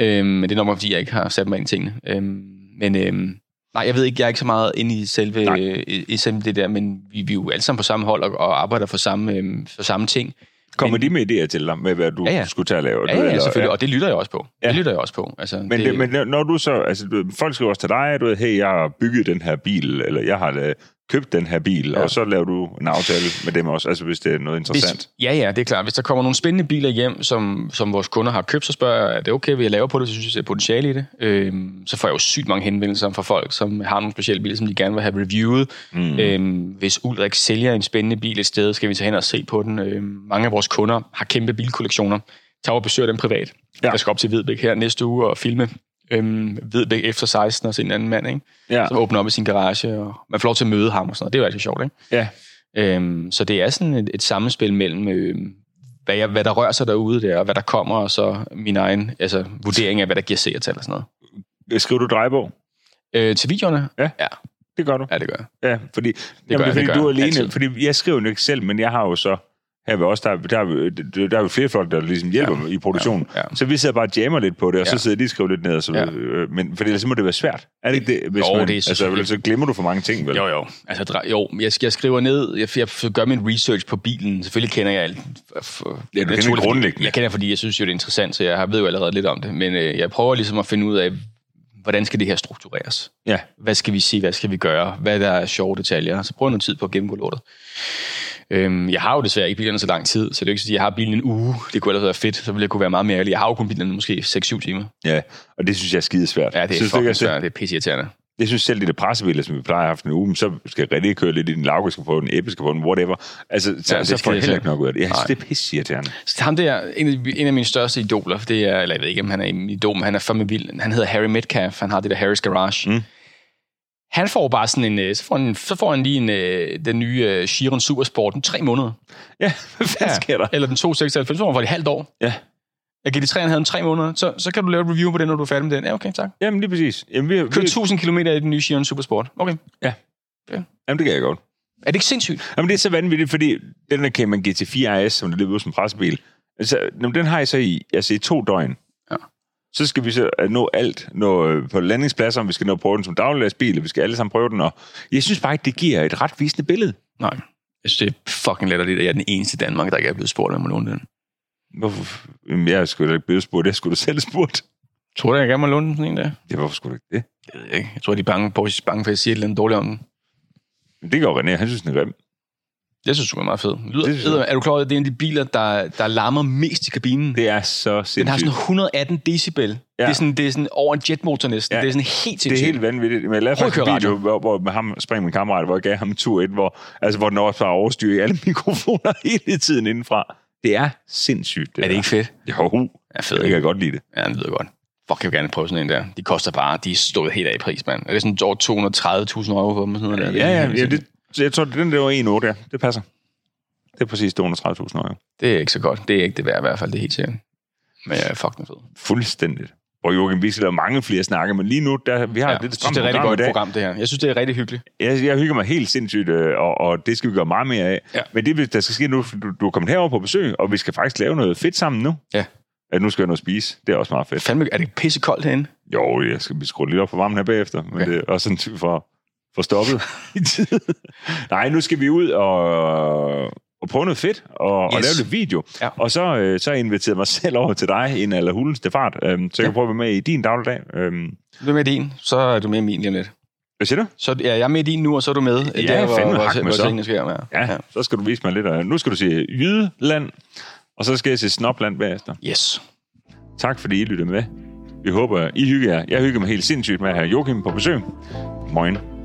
B: Øhm, men det er nok, bare, fordi jeg ikke har sat mig ind i tingene. Øhm, men øhm, nej, jeg ved ikke, jeg er ikke så meget inde i selve,
A: Nej.
B: øh, i, i selve det der, men vi, vi er jo alle sammen på samme hold og, og arbejder for samme, øhm, for samme ting.
A: Kommer de med idéer til dig, med hvad du ja,
B: Ja,
A: ja.
B: ja.
A: skulle tage at lave?
B: Ja,
A: du,
B: ja,
A: eller-
B: selvfølgelig, og det lytter jeg også på.
A: Ja.
B: Det lytter jeg også på. Altså,
A: Men, det, men når du så, altså, du, ved, folk skriver også til dig, du ved, hey, jeg har bygget den her bil, eller jeg har øh, køb den her bil, ja.
B: Ja.
A: og så laver du en aftale med dem også, altså hvis det er noget interessant.
B: Hvis, ja, ja, det er klart. Hvis der kommer nogle spændende biler hjem, som, som vores kunder har købt, så spørger jeg, er det okay, vil jeg lave på det, så synes jeg, der er potentiale i det. Øhm, så får jeg jo sygt mange henvendelser fra folk, som har nogle specielle biler, som de gerne vil have reviewet. Mm. Øhm, hvis Ulrik sælger en spændende bil et sted, skal vi tage hen og se på den. Øhm, mange af vores kunder har kæmpe bilkollektioner. Tag og besøg dem privat.
A: Ja.
B: Ja. Jeg skal op til Hvidbæk her næste uge og filme. Øhm, Hvidbæk efter 16 og se en anden mand, ikke?
A: Ja.
B: som åbner op i sin garage, og man får lov til at møde ham og sådan noget. Det er jo altid sjovt, ikke?
A: ja.
B: Øhm, så det er sådan et, et sammenspil mellem, øhm, hvad, jeg, hvad der rører sig derude der, og hvad der kommer, og så min egen altså, vurdering af, hvad der giver seertal og sådan noget.
A: Skriver du drejebog?
B: Øh, til videoerne?
A: Ja.
B: Ja,
A: Det gør du.
B: ja det gør jeg.
A: Ja, fordi, det
B: gør
A: jamen,
B: jeg,
A: det er, fordi
B: det gør
A: du er
B: jeg
A: alene.
B: altid.
A: Fordi jeg skriver jo ikke selv, men jeg har jo så her ved os, der, der, der, der er jo flere folk, der ligesom hjælper ja, i produktionen. Ja,
B: ja.
A: ja. Så vi sidder bare og jammer lidt på det, og ja. så
B: Ja.
A: sidder de og skriver lidt ned. Og så, ja.
B: Ja.
A: men, for ellers må det være svært. Er det ikke det? Hvis
B: Jo,
A: man,
B: det er
A: altså,
B: selvfølgelig-
A: vel, så glemmer du for mange ting, vel?
B: Jo, jo. Altså, dre- jo jeg, jeg skriver ned, jeg, jeg gør min research på bilen. Selvfølgelig kender jeg alt.
A: Ja, du kender det grundlæggende.
B: Jeg kender, fordi jeg synes jo, det er interessant, så jeg har- ved jo allerede lidt om det. Men øh, jeg prøver ligesom at finde ud af, hvordan skal det her struktureres?
A: Ja.
B: Hvad skal vi sige? Hvad skal vi gøre? Hvad der er sjove detaljer? Så bruger jeg noget tid på at gennemgå lortet. Øhm, jeg har jo desværre ikke bilerne så lang tid, så det er jo ikke, fordi jeg har bilen en uge. Det kunne ellers være fedt, så ville jeg kunne være meget mere ærlig. Jeg har jo kun bilerne måske 6-7 timer.
A: ja. Og det synes jeg er skidesvært.
B: Ja, det er
A: synes, du ikke,
B: fucking
A: at det-
B: svært. Det er pisseirriterende.
A: jeg synes selv, det der pressebiler, som vi plejer at have haft en uge, men så skal René køre lidt i den, Lauke skal på den, Ebbe skal på den, whatever. Altså, så,
B: Ja,
A: ja,
B: det
A: så får
B: skal
A: jeg
B: jeg
A: heller
B: selv.
A: ikke nok ud af det. Jeg synes,
B: Nej.
A: det er pisse irriterende.
B: Så ham der, en af, en af mine største idoler, det er, eller jeg ved ikke, om han er en idol, men han er fandme vild. Han hedder Harry Metcalf, han har det der Harry's Garage.
A: Mm.
B: Mm. Han får bare sådan en, øh, så får han, så får han lige en, øh, den nye øh, Chiron Supersport, den tre måneder.
A: Ja, hvad ja. sker der?
B: Eller den 296, så får han for et halvt år.
A: Ja.
B: Jeg giver de tre, han havde den tre måneder, så, så kan du lave et review på den, når du er færdig med den. Ja, okay, tak.
A: Jamen, lige præcis. Jamen, vi, vi,
B: Kør 1000 km i den nye Chiron Supersport. Okay.
A: jamen, det kan jeg godt.
B: Er det ikke sindssygt?
A: Jamen, det er så vanvittigt, fordi den der Cayman GT4 RS, som det løber ud som pressebil, altså, jamen, den har jeg så i, altså, i to døgn.
B: Ja.
A: Så skal vi så øh, nå alt, nå øh, på landingspladser, vi skal nå at prøve den som dagligdagsbil, og vi skal alle sammen prøve den, og jeg synes bare ikke, det giver et ret visende billede.
B: Nej. Jeg synes, det er fucking latterligt, at jeg er den eneste i Danmark, der ikke er blevet spurgt om at låne den.
A: Hvorfor? Jamen, jeg skulle ikke blive spurgt, jeg skulle da selv spurgt.
B: Tror du, jeg gerne må låne den sådan en dag?
A: Ja, hvorfor skulle du ikke det?
B: Jeg ved ikke. Jeg tror, de er bange, på, bange for, at jeg siger et eller andet dårligt om den.
A: Men Det gør René, han synes, den er grim.
B: Jeg synes, den er meget fed. Lyder,
A: Det
B: det
A: synes jeg.
B: er du klar over, at det er en af de biler, der, der larmer mest i kabinen?
A: Det er så
B: den har
A: sindssygt.
B: sådan 118 decibel. Ja. Det, er sådan, det er sådan over en jetmotor næsten.
A: Ja.
B: Ja. Det er sådan helt
A: det er
B: sindssygt.
A: helt vanvittigt. Men jeg lavede
B: Prøv at
A: faktisk en
B: køre
A: video, hvor, hvor med ham spring min kammerat, hvor jeg gav ham en tur ind, hvor, altså, hvor den også var overstyret i alle (laughs) mikrofoner hele tiden indenfra. Det er sindssygt. Det
B: Er det ikke fedt?
A: der. Jo,
B: Ja, fedt.
A: jeg
B: ikke?
A: kan godt lide det.
B: Ja, det lyder godt. Fuck, jeg vil gerne prøve sådan en der. De koster bare, de er stået helt af i pris, mand. Er det sådan over 230.000 euro for dem? og Sådan noget der? Det er
A: Ja, ja, ja
B: helt sindssygt.
A: det, så jeg tror, den der var 1,8, ja. Det passer. Det er præcis 230.000 euro.
B: det er ikke så godt. Det er ikke det værd i hvert fald, det er helt sikkert. Men ja, fuck, den er fed.
A: Fuldstændigt. Og Joachim, vi skal lave mange flere snakke, men lige nu, der, vi har ja,
B: Ja, jeg
A: lidt
B: synes,
A: stramt
B: det er et rigtig
A: program i
B: godt
A: dag.
B: program, det her. Jeg synes, det er rigtig hyggeligt.
A: Jeg, jeg hygger mig helt sindssygt, øh, og, og det skal vi gøre meget mere af.
B: Ja.
A: Men det, der skal ske nu, du, du er kommet herover på besøg, og vi skal faktisk lave noget fedt sammen nu.
B: Ja.
A: At nu skal jeg noget spise. Det er også meget fedt.
B: Fandme, er det pissekoldt herinde?
A: Jo, jeg skal vi skruer lidt op for varmen her bagefter, men
B: Okay.
A: det er også sådan for, for
B: (laughs)
A: stoppet i tide. Nej, nu skal vi ud og, og prøve noget fedt, og, yes. og
B: Yes.
A: lave lidt video.
B: Ja.
A: Og så, øh, så har jeg inviteret mig selv over til dig, en eller hulens det fart, øhm, så jeg ja. kan
B: Ja.
A: prøve at være med i din dagligdag. Øhm,
B: Du er med i din, så er du med i min lige om lidt.
A: hvad siger du?
B: Så ja, jeg er med i din nu, og så er du med.
A: Ja,
B: øh, der, hvor,
A: fandme, hak mig
B: hvor, hvor
A: så.
B: tingene sker. Ja.
A: Ja, ja, så skal du vise mig lidt. af- Nu skal du sige Jydeland, og så skal jeg se Snopland bagefter.
B: Yes.
A: Tak fordi I lyttede med. Vi håber, I hygger jer. Jeg hygger mig helt sindssygt med at have Joachim på besøg. Moin.